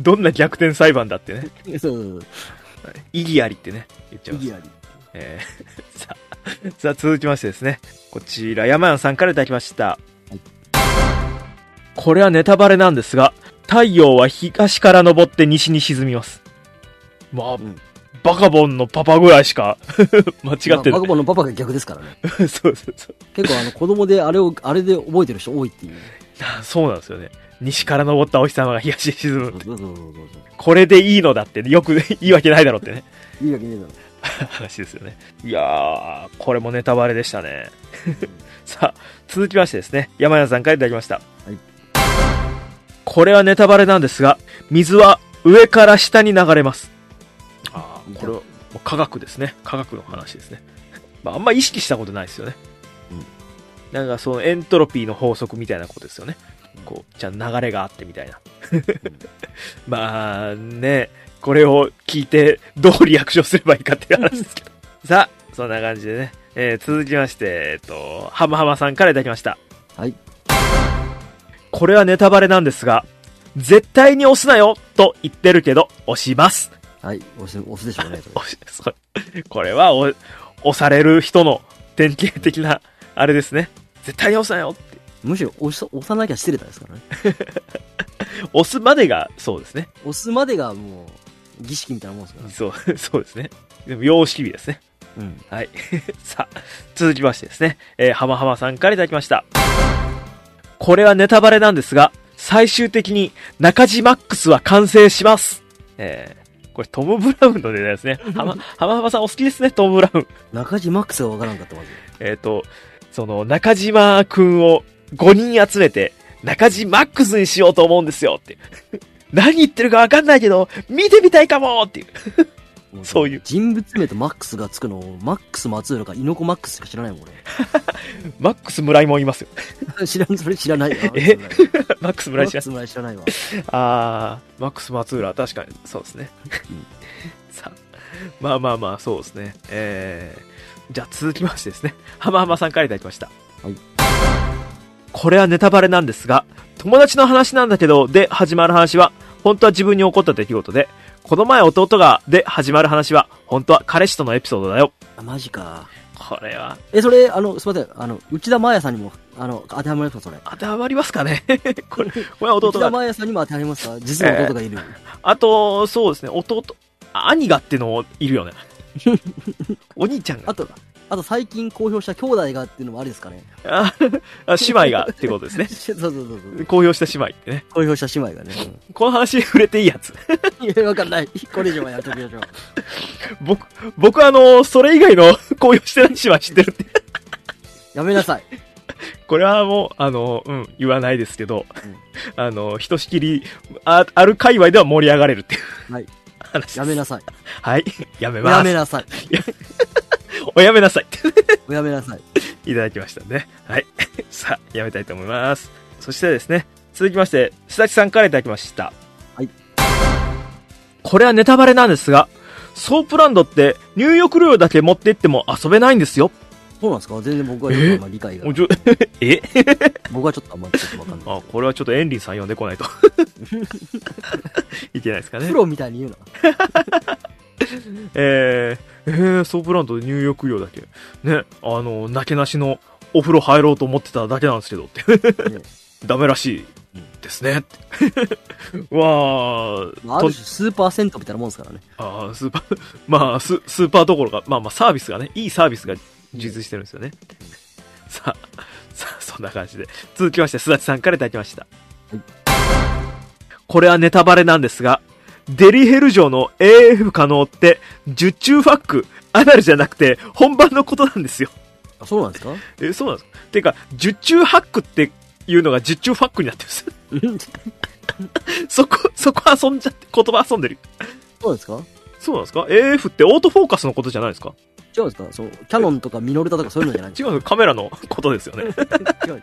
Speaker 1: どんな逆転裁判だってね。
Speaker 2: そうそう
Speaker 1: 意義ありってね、言っちゃ
Speaker 2: そう
Speaker 1: い
Speaker 2: 意
Speaker 1: ます。
Speaker 2: 義あり
Speaker 1: えー さあ、さあ続きましてですね、こちら山谷さんからいただきました。
Speaker 2: はい
Speaker 1: これはネタバレなんですが、太陽は東から昇って西に沈みます。まあ、
Speaker 2: ん
Speaker 1: バカボンのパパぐらいしか 間違って
Speaker 2: ま
Speaker 1: ない
Speaker 2: あバカ。ボンのパパが逆ですからね
Speaker 1: そうそうそう。
Speaker 2: 結構あの子供であれをあれで覚えてる人多いっていう
Speaker 1: あそうなんですよね。西から昇ったお日様が東に沈む
Speaker 2: そ。うそうそうそうそ
Speaker 1: これでいいのだって、よく言い訳ないだろうってね。
Speaker 2: ういいわけねえだろ
Speaker 1: 話ですよね。いやー、これもネタバレでしたね。 さあ、続きましてですね、山谷さんからいただきました。
Speaker 2: はい
Speaker 1: これはネタバレなんですが、水は上から下に流れます。ああ、これはもう科学ですね。科学の話ですね。 まあ、あんま意識したことないですよね。
Speaker 2: うん
Speaker 1: なんかそのエントロピーの法則みたいなことですよね。こう、じゃあ流れがあってみたいな。まあね、これを聞いてどうリアクションすればいいかっていう話です けど。さあ、そんな感じでね。えー続きまして、えっと、ハムハマさんからいただきました。
Speaker 2: はい。
Speaker 1: これはネタバレなんですが、絶対に押すなよと言ってるけど、押します。
Speaker 2: はい。押す、押すでしょうね、それ。
Speaker 1: 押しそれこれはお押される人の典型的な、あれですね。絶対に押すなよって。
Speaker 2: むしろ押し、押さなきゃ失礼ですからね。
Speaker 1: 押すまでがそうですね。
Speaker 2: 押すまでがもう、儀式みたいなもんですから。
Speaker 1: そう、そうですね。でも、様式日ですね。
Speaker 2: うん。
Speaker 1: はい。 さあ、続きましてですね、えー、浜浜さんからいただきました。これはネタバレなんですが、最終的に中地マックスは完成します。えー、これトム・ブラウンのネタですね。浜、浜浜さんお好きですね、トム・ブラウン。
Speaker 2: 中地マックスがわからんかった、まず。
Speaker 1: えっ、と、その、中島くんを5人集めて、中島マックスにしようと思うんですよって。 何言ってるかわかんないけど、見てみたいかもっていう。
Speaker 2: も
Speaker 1: そういう
Speaker 2: 人物名とマックスがつくのを、マックス松浦か、猪子マックスしか知らないもん、
Speaker 1: マックス村井もいますよ。
Speaker 2: 俺。 知らん、それ知らないわ。
Speaker 1: えマックス
Speaker 2: マ
Speaker 1: 村井
Speaker 2: ッ
Speaker 1: 知ら
Speaker 2: ク
Speaker 1: ん
Speaker 2: ス村井知らないわ。
Speaker 1: あー、マックス松浦、確かに、そうですね。 さあ、まあまあまあ、そうですね。えー、じゃあ続きましてですね、浜浜さんからいただきました。
Speaker 2: はい。
Speaker 1: これはネタバレなんですが、友達の話なんだけど、で始まる話は、本当は自分に起こった出来事で、この前弟が、で始まる話は、本当は彼氏とのエピソードだよ。
Speaker 2: あ、マジか。
Speaker 1: これは、
Speaker 2: え、それ、あの、すいません、あの、内田真也さんにも、あの、当てはまりますか、それ。
Speaker 1: 当てはまりますかね これ、これは弟
Speaker 2: 内田
Speaker 1: が。
Speaker 2: 真也さんにも当てはまりますか実の弟 がいる。
Speaker 1: あと、そうですね、弟、兄がっていうのもいる よね。お兄ちゃんが
Speaker 2: あ。と、あと最近公表した兄弟がっていうのもあれです かね。
Speaker 1: ああ姉妹がってことですね。
Speaker 2: そうそうそうそう。
Speaker 1: 公表した姉妹ってね。
Speaker 2: 公表した姉妹がね。
Speaker 1: この話触れていいやつ。
Speaker 2: うんいや、わかんない。これ以上はやっときましょう。
Speaker 1: 僕、僕あの、それ以外の 公表してない姉妹知ってるって。
Speaker 2: やめなさい。
Speaker 1: これはもう、あの、うん、言わないですけど
Speaker 2: うん、
Speaker 1: あの、ひとしきり、あ、ある界隈では盛り上がれるっていう。
Speaker 2: はい。
Speaker 1: 話です
Speaker 2: やめなさい。
Speaker 1: はい。やめます。
Speaker 2: やめなさい。
Speaker 1: おやめなさいって。
Speaker 2: おやめなさい。
Speaker 1: いただきましたね。はい。 さあ、やめたいと思います。そしてですね、続きまして、須崎さんからいただきました。
Speaker 2: はい。
Speaker 1: これはネタバレなんですが、ソープランドって入浴料だけ持って行っても遊べないんですよ。
Speaker 2: そうなんですか全然僕はちょっとあんまり理解が
Speaker 1: お。じょ え
Speaker 2: 僕はちょっとあんまりちょっとわかんない。
Speaker 1: あ、これはちょっとエンリンさん呼んでこないと。 いけないですかね
Speaker 2: プ。ロみたいに言うな。
Speaker 1: えー、えー、ソープランドで入浴料だけ。ね、あの、なけなしのお風呂入ろうと思ってただけなんですけどって。
Speaker 2: ね
Speaker 1: ダメらしいですね。うわー
Speaker 2: まあ、あ
Speaker 1: と
Speaker 2: る種スーパー銭湯みたいなもんですからね。
Speaker 1: あースー パー、まあス、スーパーどころか、まあまあサービスがね、いいサービスが充実してるんですよね。さあ、さあ、そんな感じで。続きまして、すだちさんからいただきました
Speaker 2: はい。
Speaker 1: これはネタバレなんですが、デリヘル城の AF 可能って、受注ファック、アナルじゃなくて、本番のことなんですよ。
Speaker 2: あ、そうなんですか
Speaker 1: え、そうなんですかてか、受注ハックっていうのが受注ファックになってるんです。
Speaker 2: うん
Speaker 1: そこ、 そこ遊んじゃって、言葉遊んでる。
Speaker 2: そうですか
Speaker 1: そうなんですか ?AF ってオートフォーカスのことじゃないですか
Speaker 2: 違うんですかそう、キャノンとかミノルタとかそういうのじゃないんで
Speaker 1: 違う、カメラの ことですよね。
Speaker 2: 違う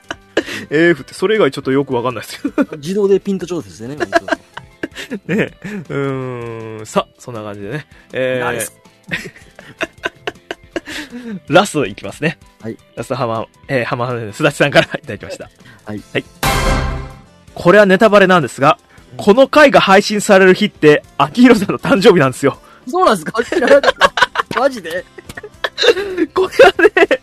Speaker 1: AF ってそれ以外ちょっとよくわかんないですけど。
Speaker 2: 自動でピント調節ですよね、本
Speaker 1: ね えうーん、さ、そんな感じでね。
Speaker 2: 当
Speaker 1: え
Speaker 2: ナイ
Speaker 1: ー
Speaker 2: ス、
Speaker 1: ラストいきますね。
Speaker 2: はい。
Speaker 1: ラスト浜、えー、浜田すだちさんから いただきました。
Speaker 2: はい。
Speaker 1: はい。これはネタバレなんですが、この回が配信される日って、秋広さんの誕生日なんですよ。
Speaker 2: そうなんですか知らなかった。マジで
Speaker 1: これはね、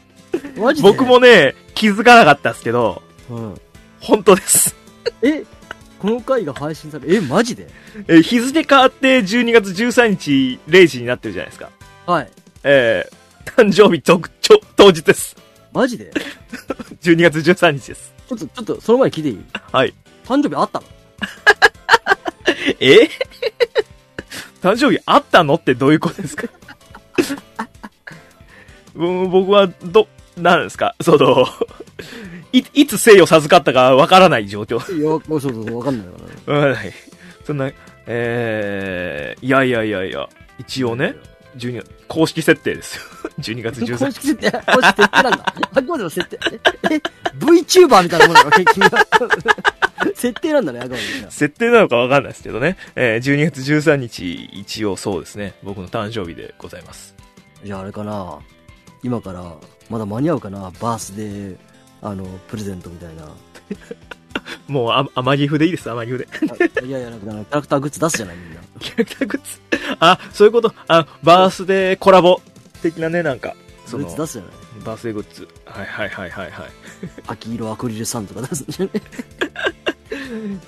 Speaker 2: マジで
Speaker 1: 僕。もね、気づかなかったですけど、
Speaker 2: うん、
Speaker 1: 本当です。
Speaker 2: えこの回が配信されえ、マジで
Speaker 1: えー日付変わって12月13日0時になってるじゃないですか。
Speaker 2: はい。
Speaker 1: えー、誕生日とちょ当日です。
Speaker 2: マジで
Speaker 1: 12月13日です。
Speaker 2: ちょっと、ちょっと、その前に聞いていい
Speaker 1: はい。
Speaker 2: 誕生日あったの
Speaker 1: え誕生日あったのってどういうことですか うん僕は、ど、なんですか、その、 い、いつ生を授かったかわからない状況。
Speaker 2: いや、そうそうそう、わかんないからね。
Speaker 1: うんはい。そんな、えー、いやいやいやいや、一応ね、12月、公式設定ですよ。12月
Speaker 2: 公
Speaker 1: 13
Speaker 2: 式設定、公式設定なんだ。あくまでも設定。え、VTuber みたいなもんだから、君は。設定なんだね、あくまでも。
Speaker 1: 設定なのかわかんないですけどね。えー、12月13日、一応そうですね。僕の誕生日でございます。
Speaker 2: じゃああれかな今から、まだ間に合うかなバースデー、あの、プレゼントみたいな。
Speaker 1: もう、あ、アマギフでいいです、アマギフで。
Speaker 2: あいやいや、なんか、キャラクターグッズ出すじゃないみんな。
Speaker 1: キャラクターグッズ。あ、そういうこと。あ、バースデーコラボ的なね、なんか。そ
Speaker 2: グ
Speaker 1: の
Speaker 2: ッズ出すじゃない
Speaker 1: バースデーグッズ。はいはいはいはいはい。
Speaker 2: 秋色アクリル酸とか出すんじゃない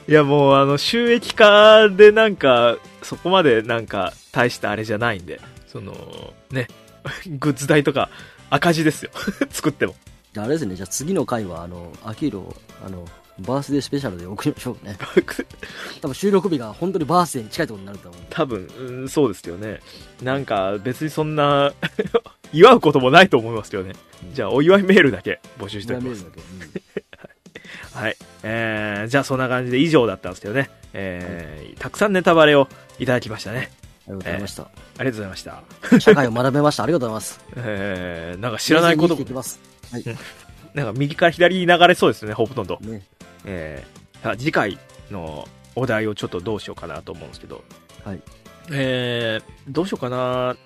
Speaker 1: いやもうあの収益化でなんかそこまでなんか大したあれじゃないんでそのねグッズ代とか赤字ですよ 作っても
Speaker 2: じゃああれですね、じゃあ次の回は、あの、秋色を、あの、バースデースペシャルで送りましょ うね。多分収録日が本当にバースデーに近いところになると思う。
Speaker 1: 多分、うんそうですよねなんか別にそんな 祝うこともないと思いますけどねじゃあお祝いメールだけ募集しております
Speaker 2: だけど。うん
Speaker 1: はい、えー、じゃあそんな感じで以上だったんですけどね、えーたくさんネタバレをいただきましたね
Speaker 2: ありがとうございました。
Speaker 1: ありがとうございました、
Speaker 2: 社会を学べました。ありがとうございます。
Speaker 1: えー、なんか 知らないこと
Speaker 2: 生きていきます。はい。
Speaker 1: なんか右から左に流れそうですねほとんど
Speaker 2: ね。
Speaker 1: えーさあ次回のお題をちょっとどうしようかなと思うんですけど、
Speaker 2: はい
Speaker 1: えーどうしようかな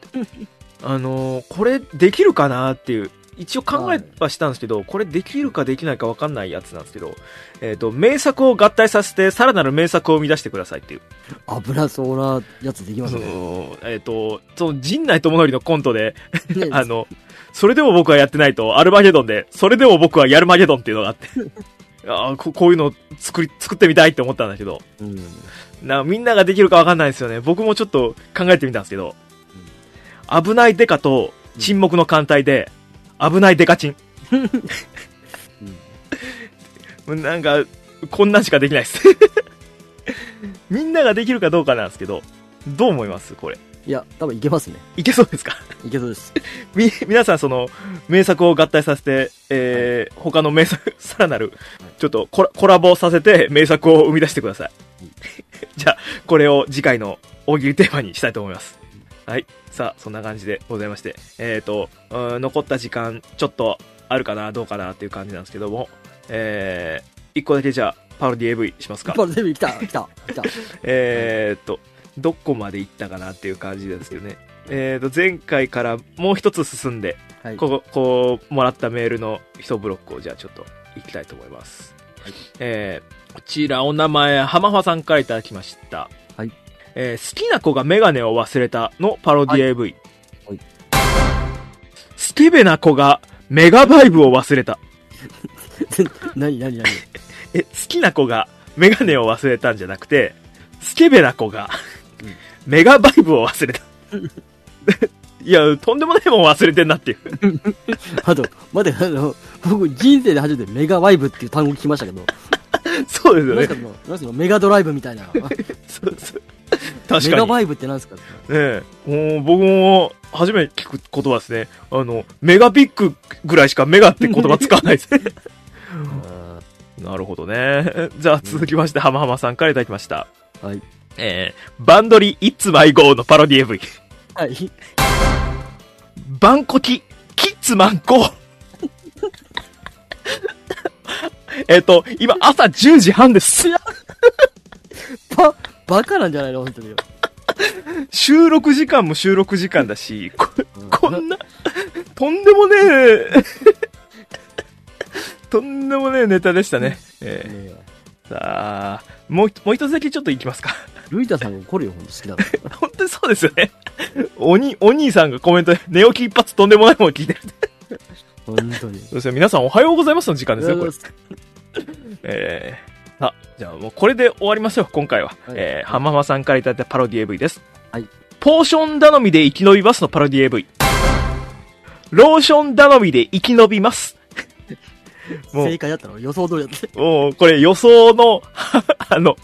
Speaker 1: あのこれできるかなっていう一応考えはしたんですけど、これできるかできないか分かんないやつなんですけど、えー、と名作を合体させてさらなる名作を生み出してくださいっていう、
Speaker 2: 危なそうなやつできます
Speaker 1: そ
Speaker 2: ね。
Speaker 1: のえー、とその陣内智則のコントで
Speaker 2: ね
Speaker 1: あの、それでも僕はやってないと、アルマゲドンで、それでも僕はやるマゲドンっていうのがあって。あーここういうのを作り、作ってみたいって思ったんだけど、
Speaker 2: うん。
Speaker 1: なみんなができるかわかんないですよね。僕もちょっと考えてみたんですけど、危ないデカと沈黙の艦隊で、危ないデカチン。なんか、こんなんしかできないです。みんなができるかどうかなんですけど、どう思いますこれ。
Speaker 2: いや、多分いけますね。
Speaker 1: いけそうですか
Speaker 2: いけそうです。
Speaker 1: み、皆さんその、名作を合体させて、えー他の名作、 さらなる、ちょっとコラコラボさせて名作を生み出してください。 じゃあ、これを次回の大喜利テーマにしたいと思います。はい。さあ、そんな感じでございまして、えーと、うーん残った時間、ちょっとあるかな、どうかなっていう感じなんですけども、えー、一個だけじゃあ、パロディ AV します
Speaker 2: 一
Speaker 1: か。
Speaker 2: 本デビュー来た、 来た、来た。
Speaker 1: えーっと、どこまで行ったかなっていう感じですけどね。えーっと、前回からもう一つ進んで、
Speaker 2: はい。
Speaker 1: ここ、こう、もらったメールの一ブロックをじゃあちょっと行きたいと思います。えー、こちらお名前、浜マさんからいただきました。
Speaker 2: はい。
Speaker 1: えー好きな子がメガネを忘れたのパロディ AV。
Speaker 2: はい
Speaker 1: スケベな子がメガバイブを忘れた。
Speaker 2: 何、何、何。
Speaker 1: え、好きな子がメガネを忘れたんじゃなくて、スケベな子が
Speaker 2: うん
Speaker 1: メガバイブを忘 れた。いや、とんでもないもん忘れてんな っていう。
Speaker 2: あと、待って、あの、僕人生で初めてメガワイブっていう単語聞きましたけど、
Speaker 1: そうですよ
Speaker 2: なん
Speaker 1: ね
Speaker 2: すか。その、なんすかメガドライブみたいな。
Speaker 1: そうそう。
Speaker 2: メ
Speaker 1: 確か
Speaker 2: ガ
Speaker 1: に。
Speaker 2: ワイブってなんすか
Speaker 1: ねえ、もう僕も初めて聞く言葉ですね。あの、メガビッグぐらいしかメガって言葉使わないですね。 なるほどね。じゃあ続きまして、浜浜さんからいただきました。
Speaker 2: はい。
Speaker 1: えー、バンドリ It's My Go のパロディ AV。
Speaker 2: はい。
Speaker 1: バンコキ、キッツマンコ。 えっと、今朝10時半です。
Speaker 2: ば、バカなんじゃないの本当に。
Speaker 1: 収録時間も収録時間だし、こ
Speaker 2: うん
Speaker 1: こんな、とんでもねえ、 とんでもねえネタでしたね。え
Speaker 2: ねえ
Speaker 1: ーさあ、もう、もう一つだけちょっと行きますか。
Speaker 2: ルイタさんが怒るよ、ほんと好きだから。
Speaker 1: 本当にそうですよね。おに、お兄さんがコメントで寝起き一発とんでもないもの聞いてる。
Speaker 2: ほんとに。
Speaker 1: そうですよ。皆さんおはようございますの時間ですよ、これ。
Speaker 2: は
Speaker 1: えー、あ、じゃあもうこれで終わりましょう、今回は。
Speaker 2: はい
Speaker 1: えー、浜間さんからいただいたパロディ AV です。
Speaker 2: はい。
Speaker 1: ポーション頼みで生き延びますのパロディ AV。ローション頼みで生き延びます。もう
Speaker 2: 正解だったの予想通りだっ
Speaker 1: もう、これ予 想の、あの、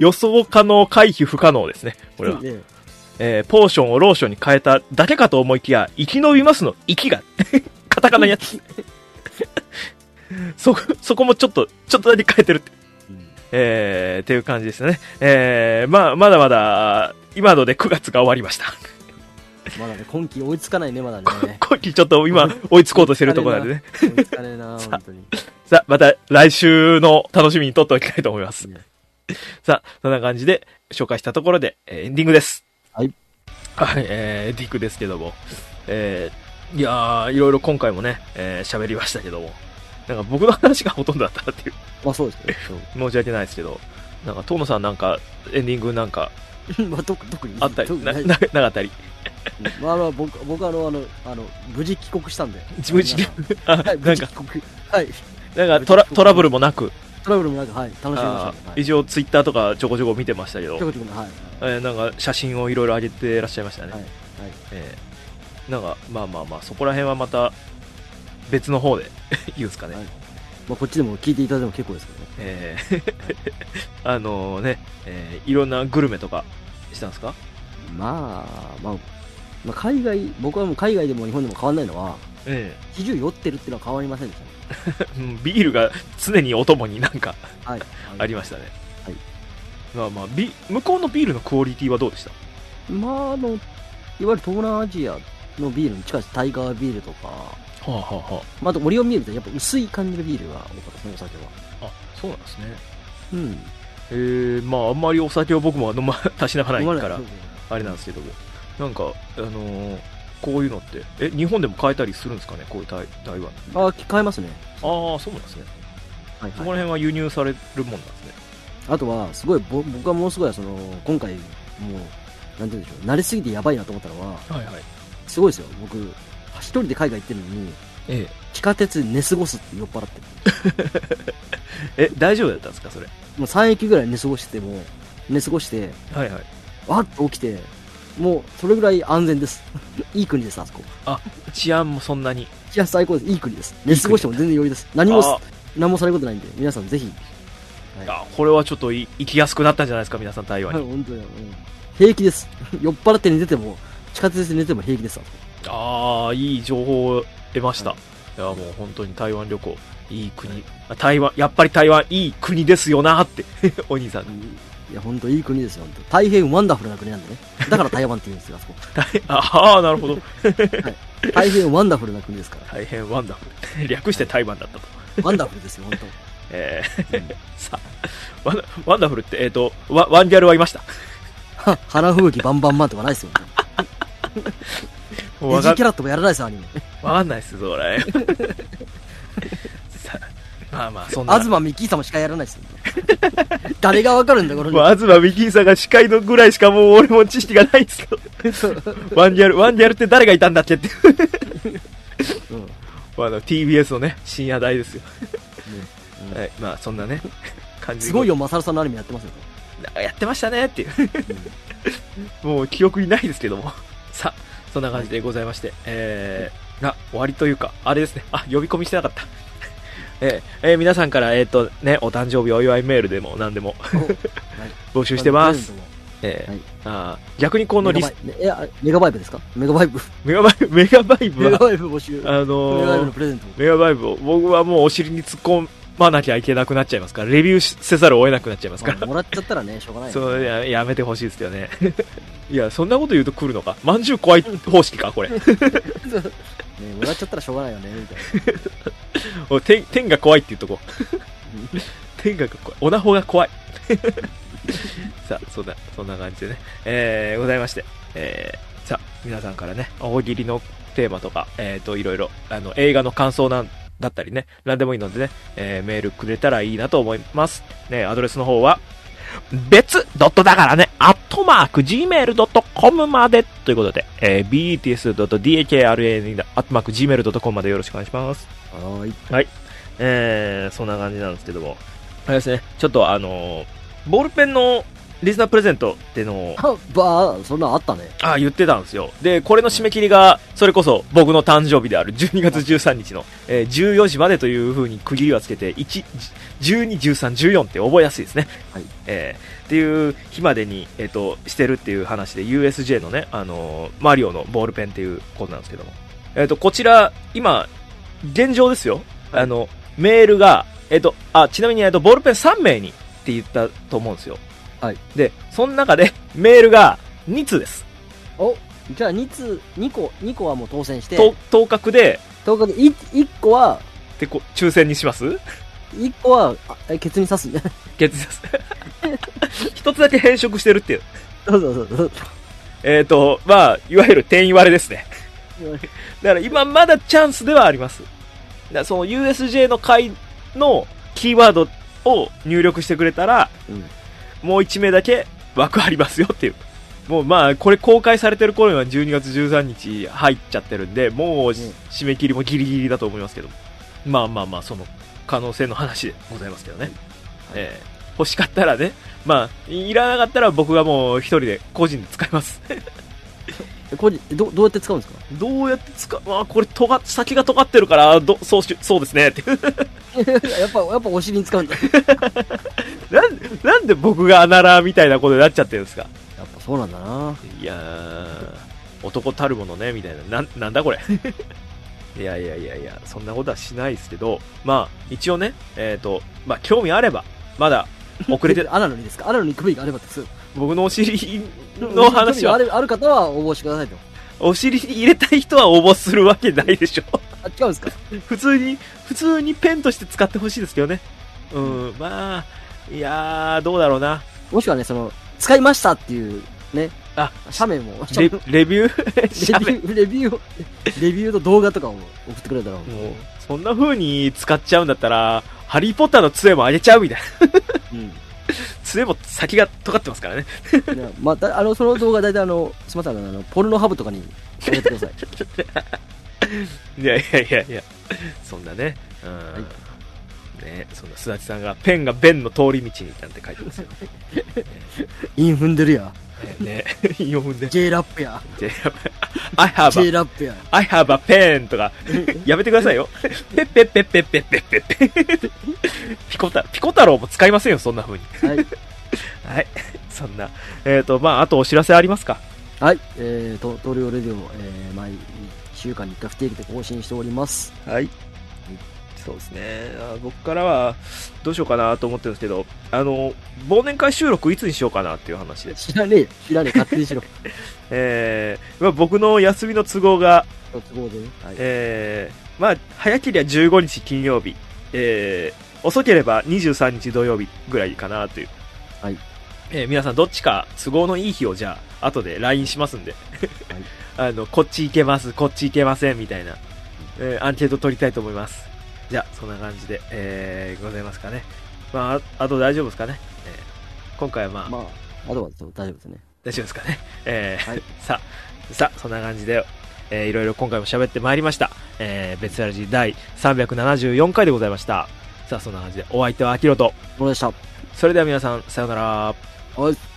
Speaker 1: 予想可能、回避不可能ですね。これ
Speaker 2: た。
Speaker 1: は。
Speaker 2: ねえ
Speaker 1: えーポーションをローションに変えただけかと思いきや、生き延びますの、息が。 カタカナにやつ。そこ、そこもちょっと、ちょっとだけ変えてるって。えー、っていう感じですね。えー、まあ、まだまだ、今ので9月が終わりました。
Speaker 2: まだね、今季追いつかないね、ま だ
Speaker 1: こ
Speaker 2: ね。
Speaker 1: 今季ちょっと今、追いつこうとしてるところなんで ね。
Speaker 2: 追いつかねえ な、
Speaker 1: さあ
Speaker 2: 本当に。
Speaker 1: さあ、また来週の楽しみに撮っておきたいと思います。
Speaker 2: うん
Speaker 1: さあ、そんな感じで紹介したところで、えーエンディングです。
Speaker 2: はい。
Speaker 1: はい、えー、エンディングですけども。えー、いやー、いろいろ今回もね、えー喋りましたけども。なんか僕の話がほとんどだったなっていう。
Speaker 2: まあそうですね。
Speaker 1: 申し訳ないですけど。なんか、遠野さんなんか、エンディングなんか
Speaker 2: そう まあ特特に。
Speaker 1: あった
Speaker 2: 特
Speaker 1: り、
Speaker 2: に
Speaker 1: な
Speaker 2: ない
Speaker 1: な なかったり。
Speaker 2: まああの、僕、僕はあの、あの、あの、無事帰国したんで。
Speaker 1: 自分自身、あ、
Speaker 2: はい、
Speaker 1: な
Speaker 2: 無
Speaker 1: んか、
Speaker 2: 事帰国。はい。
Speaker 1: なんかトラトラブルもなく、
Speaker 2: トラブルもなく、はい、楽しみました
Speaker 1: あ
Speaker 2: ね。
Speaker 1: ー
Speaker 2: はい
Speaker 1: 一応ツイッターとかちょこちょこ見てましたけど
Speaker 2: ちょ、こちょこねはい。
Speaker 1: えーなんか写真をいろいろ上げてらっしゃいましたね、
Speaker 2: はいはい
Speaker 1: えーなんかまあまあまあそこら辺はまた別の方で 言うんですかね、
Speaker 2: はいまあこっちでも聞いていただいても結構ですけどね。
Speaker 1: えー あのね、えーいろんなグルメとかしたんですか
Speaker 2: まあ、まあ、まあ、海外、僕はもう海外でも日本でも変わんないのは、
Speaker 1: え
Speaker 2: 比重酔ってるっていうのは変わりませんでしたね。
Speaker 1: えうんビール が常にお供になんか
Speaker 2: はい。
Speaker 1: ありましたね、
Speaker 2: はい
Speaker 1: まあまあビ向こうのビールのクオリティはどうでした
Speaker 2: まあ、あの、いわゆる東南アジアのビールに近いタイガービールとか、
Speaker 1: はあはあは
Speaker 2: まあ、あとオリオンビールみたいなやっぱ薄い感じのビールが多かったですね、お酒は。
Speaker 1: あそうなんですね
Speaker 2: うん。
Speaker 1: えーまああんまりお酒を僕も飲ま たしなまない
Speaker 2: 飲ま
Speaker 1: からあれなんですけども、なんか、あのーこういうのって、え、日本でも買えたりするんですかね、こういう台台湾。
Speaker 2: ああ、買えますね。
Speaker 1: ああ、そうなんですね。
Speaker 2: はい、
Speaker 1: そこ
Speaker 2: はい。
Speaker 1: ら辺は輸入されるもんなんですね。
Speaker 2: あとは、すごい、ぼ僕はものすごい、その、今回、もう、なんて言うんでしょう、慣れすぎてやばいなと思ったのは、
Speaker 1: はいはい。
Speaker 2: すごいですよ、僕、一人で海外行ってるのに、
Speaker 1: え
Speaker 2: 地下鉄で寝過ごすって酔っ払ってる。
Speaker 1: え、大丈夫だったんですか、それ。
Speaker 2: もう3駅ぐらい寝過ごしても、寝過ごして、
Speaker 1: はいはい。
Speaker 2: わっと起きて、もう、それぐらい安全です。 いい国です、あそこ。
Speaker 1: 治安もそんなに。
Speaker 2: いや、最高です。いい国です。寝過ごしても全然余裕です。何もす、
Speaker 1: あ
Speaker 2: 何もされることないんで、皆さんぜひ。
Speaker 1: ーあー、これはちょっとい行きやすくなったんじゃないですか、皆さん、台湾
Speaker 2: はい、
Speaker 1: に。
Speaker 2: 本当に。うん平気です。 酔っ払って寝てても、地下鉄で寝ても平気です。あそこ
Speaker 1: ああ、いい情報を得ました。
Speaker 2: はい
Speaker 1: いやもう本当に台湾旅行、いい国、あ台湾、やっぱり台湾いい国ですよなって お兄さん
Speaker 2: う。んいや、本当いい国ですよ、本当。大変ワンダフルな国なんでね。だから台湾って言うんですよ、あそこ。
Speaker 1: ああ、なるほど。
Speaker 2: 大変ワンダフルな国ですから。
Speaker 1: 大変ワンダフル。略して台湾だったと。
Speaker 2: ワンダフルですよ、本
Speaker 1: えー
Speaker 2: 当。うん
Speaker 1: さあワンワンダフルって、えっ、とワ、ワンギャルはいました。
Speaker 2: は花吹雪バンバンバンとかないですよ、本当。
Speaker 1: わ
Speaker 2: デジ
Speaker 1: か
Speaker 2: キャラットもやらないですよ、アニメ。
Speaker 1: わかんないっす、それ。さあまあまあ、そんな。
Speaker 2: 東ミキーさんもしかやらないですよ。誰がわかるんだ、この
Speaker 1: もう東ミキーさんが司会のぐらいしかもう俺も知識がないんですけど。ワンギャル、ワンギャルって誰がいたんだっけっていう。
Speaker 2: うんうん
Speaker 1: まああの TBS のね、深夜台ですよ。
Speaker 2: うん
Speaker 1: はい、まあそんなね、感じです
Speaker 2: ごいよ、マサルさんのアニメやってますよ。
Speaker 1: なんかやってましたねっていう。もう記憶にないですけども。さあ、そんな感じでございまして、えー、あ、終わりというか、あれですね、あ、呼び込みしてなかった。 えーえー皆さんから、えっ、と、ね、お誕生日お祝いメールでも何でも 募集してます。。えー
Speaker 2: はい
Speaker 1: あー逆にこの
Speaker 2: メ
Speaker 1: リ
Speaker 2: ガバ
Speaker 1: ス
Speaker 2: イ、ブえあメガバイブですかメガバイブ。
Speaker 1: メガバイブ、メガバイブ
Speaker 2: メ
Speaker 1: は、
Speaker 2: ガバイブ募集。メ
Speaker 1: あ
Speaker 2: ガバイブ
Speaker 1: の
Speaker 2: の
Speaker 1: ー
Speaker 2: プレゼント。
Speaker 1: メガバイブを、僕はもうお尻に突っ込まなきゃいけなくなっちゃいますから、レビューしせざるを得なくなっちゃいますから
Speaker 2: まあ。もらっちゃったらね、しょうがないよね。
Speaker 1: そうややめてほしいですよね いやそんなこと言うと来るのかまんじゅう怖い方式かこれ
Speaker 2: ねもらっちゃったらしょうがないよね、みたいな。
Speaker 1: おい天天が怖いって言うとこ天が怖いオナホが怖い さあそんなそんな感じでねえー、ございましてえー、さあ皆さんからね大喜利のテーマとかえー、といろいろあの映画の感想なんだったりね何でもいいのでね、えーメールくれたらいいなと思いますねアドレスの方は別ドットだからね、アットマーク gmail.com までということで、えー、bts.dakra アットマーク gmail.com までよろしくお願いします。
Speaker 2: はーい。
Speaker 1: はい。えー、そんな感じなんですけども。あれですね、ちょっとあのーボールペンのリスナープレゼントってのを、
Speaker 2: あばあそんなんあったね
Speaker 1: あ言ってたんですよ。で、これの締め切りが、それこそ僕の誕生日である12月13日の、えー14時までという風に区切りはつけて、1、12、13、14って覚えやすいですね。
Speaker 2: はい
Speaker 1: えーっていう日までに、えっ、と、してるっていう話で、USJ のね、あのーマリオのボールペンっていうことなんですけども。えっ、と、こちら、今、現状ですよ。あの、メールが、えっ、と、あ、ちなみに、えっ、と、ボールペン3名にって言ったと思うんですよ。
Speaker 2: はい。
Speaker 1: で、その中で、メールが2通です。
Speaker 2: おじゃあ2つ2個2個はもう当選して
Speaker 1: と当確で
Speaker 2: ということで 1, 個は
Speaker 1: でこ抽選にします
Speaker 2: 1個はあえケツに刺す
Speaker 1: 決定 一つだけ変色してるっていう
Speaker 2: そうそうそう
Speaker 1: えっ、とまあいわゆる定員割れですね
Speaker 2: そう
Speaker 1: だから今まだチャンスではありますだからその USJ の回のキーワードを入力してくれたら
Speaker 2: うん
Speaker 1: もう1名だけ枠ありますよっていうもうまあこれ公開されてる頃には12月13日入っちゃってるんでもう締め切りもギリギリだと思いますけどまあまあまあその可能性の話でございますけどねえー欲しかったらね、まあ、いらなかったら僕がもう一人で個人で使います。
Speaker 2: えこれどどうやって使うんですか
Speaker 1: どうやって使う、まあ、これ尖っ、先が尖ってるから、どそうし、そうですね、っていう。
Speaker 2: やっぱ、やっぱお尻に使うんだ。
Speaker 1: なん、なんで僕がアナラーみたいなことになっちゃってるんですか
Speaker 2: やっぱそうなんだな。
Speaker 1: いやー、男たるものね、みたいな。なん、なんだこれ。 いやいやいやいや、そんなことはしないですけど、まあ、一応ね、えっ、と、まあ、興味あれば、まだ、遅 れて、
Speaker 2: アナのにですかアナのに首があればです。
Speaker 1: 僕のお尻の話は
Speaker 2: あ、るある方は応募してくださいと。
Speaker 1: お尻に入れたい人は応募するわけないでしょ。
Speaker 2: あ、違うんですか
Speaker 1: 普通に、普通にペンとして使ってほしいですけどね。うん、まあ、いやー、どうだろうな。
Speaker 2: もしくはね、その、使いましたっていう、ね。
Speaker 1: あ、
Speaker 2: 写メも、写メ
Speaker 1: レレビュー
Speaker 2: レビ
Speaker 1: 喋る
Speaker 2: ュー、レビューを、レビューと動画とかを送ってくれたら、
Speaker 1: もう、そんな風に使っちゃうんだったら、ハリーポッターの杖もあげちゃうみたいな。
Speaker 2: うん。
Speaker 1: 杖も先が尖ってますからね。
Speaker 2: いやまた、あの、その動画大体あの、すみません、あのあの、ポルノハブとかにあげてください。
Speaker 1: いやいやいやいや、そんなね。うん。
Speaker 2: い
Speaker 1: ね、そんな、すだちさんが、ペンが弁の通り道になんて書いてますよ。
Speaker 2: インフンドルや、
Speaker 1: ね、読むんで。
Speaker 2: J ラップや、
Speaker 1: I have a
Speaker 2: J ラップや。
Speaker 1: I have a pen とか、やめてくださいよ。ペッペッペッペッペッペッペッペッピコタ、ピコ太郎も使いませんよ、そんな風に。
Speaker 2: はい。
Speaker 1: はい。そんな。えっ、と、まあ、あとお知らせありますか
Speaker 2: はい、えー、と、トリオレディオ、えー、毎週間に1回不定期で更新しております。
Speaker 1: はい。そうですね。あ僕からは、どうしようかなと思ってるんですけど、あの、忘年会収録いつにしようかなっていう話です。
Speaker 2: 知らねえよ、知らねえ、勝手にしろ。
Speaker 1: えー、まあ、僕の休みの都合が、
Speaker 2: 都合でね。はい。
Speaker 1: えー、まあ、早ければ15日金曜日、えー、遅ければ23日土曜日ぐらいかなという。
Speaker 2: はい。
Speaker 1: えー皆さんどっちか都合のいい日をじゃあ、後で LINE しますんで。あの、こっち行けます、こっち行けません、みたいな、えーアンケート取りたいと思います。じゃあ、そんな感じで、えー、ございますかね。まあ、あと大丈夫ですかね。えー今回はまあ、
Speaker 2: まあ、あとはそう大丈夫ですね。
Speaker 1: 大丈夫ですかね。えー
Speaker 2: はい
Speaker 1: さあ、さあ、そんな感じで、えーいろいろ今回も喋ってまいりました。えー、別ラジ第374回でございました。さあ、そんな感じで、お相手はアキロと。
Speaker 2: これでした。
Speaker 1: それでは皆さん、さようなら。
Speaker 2: はい。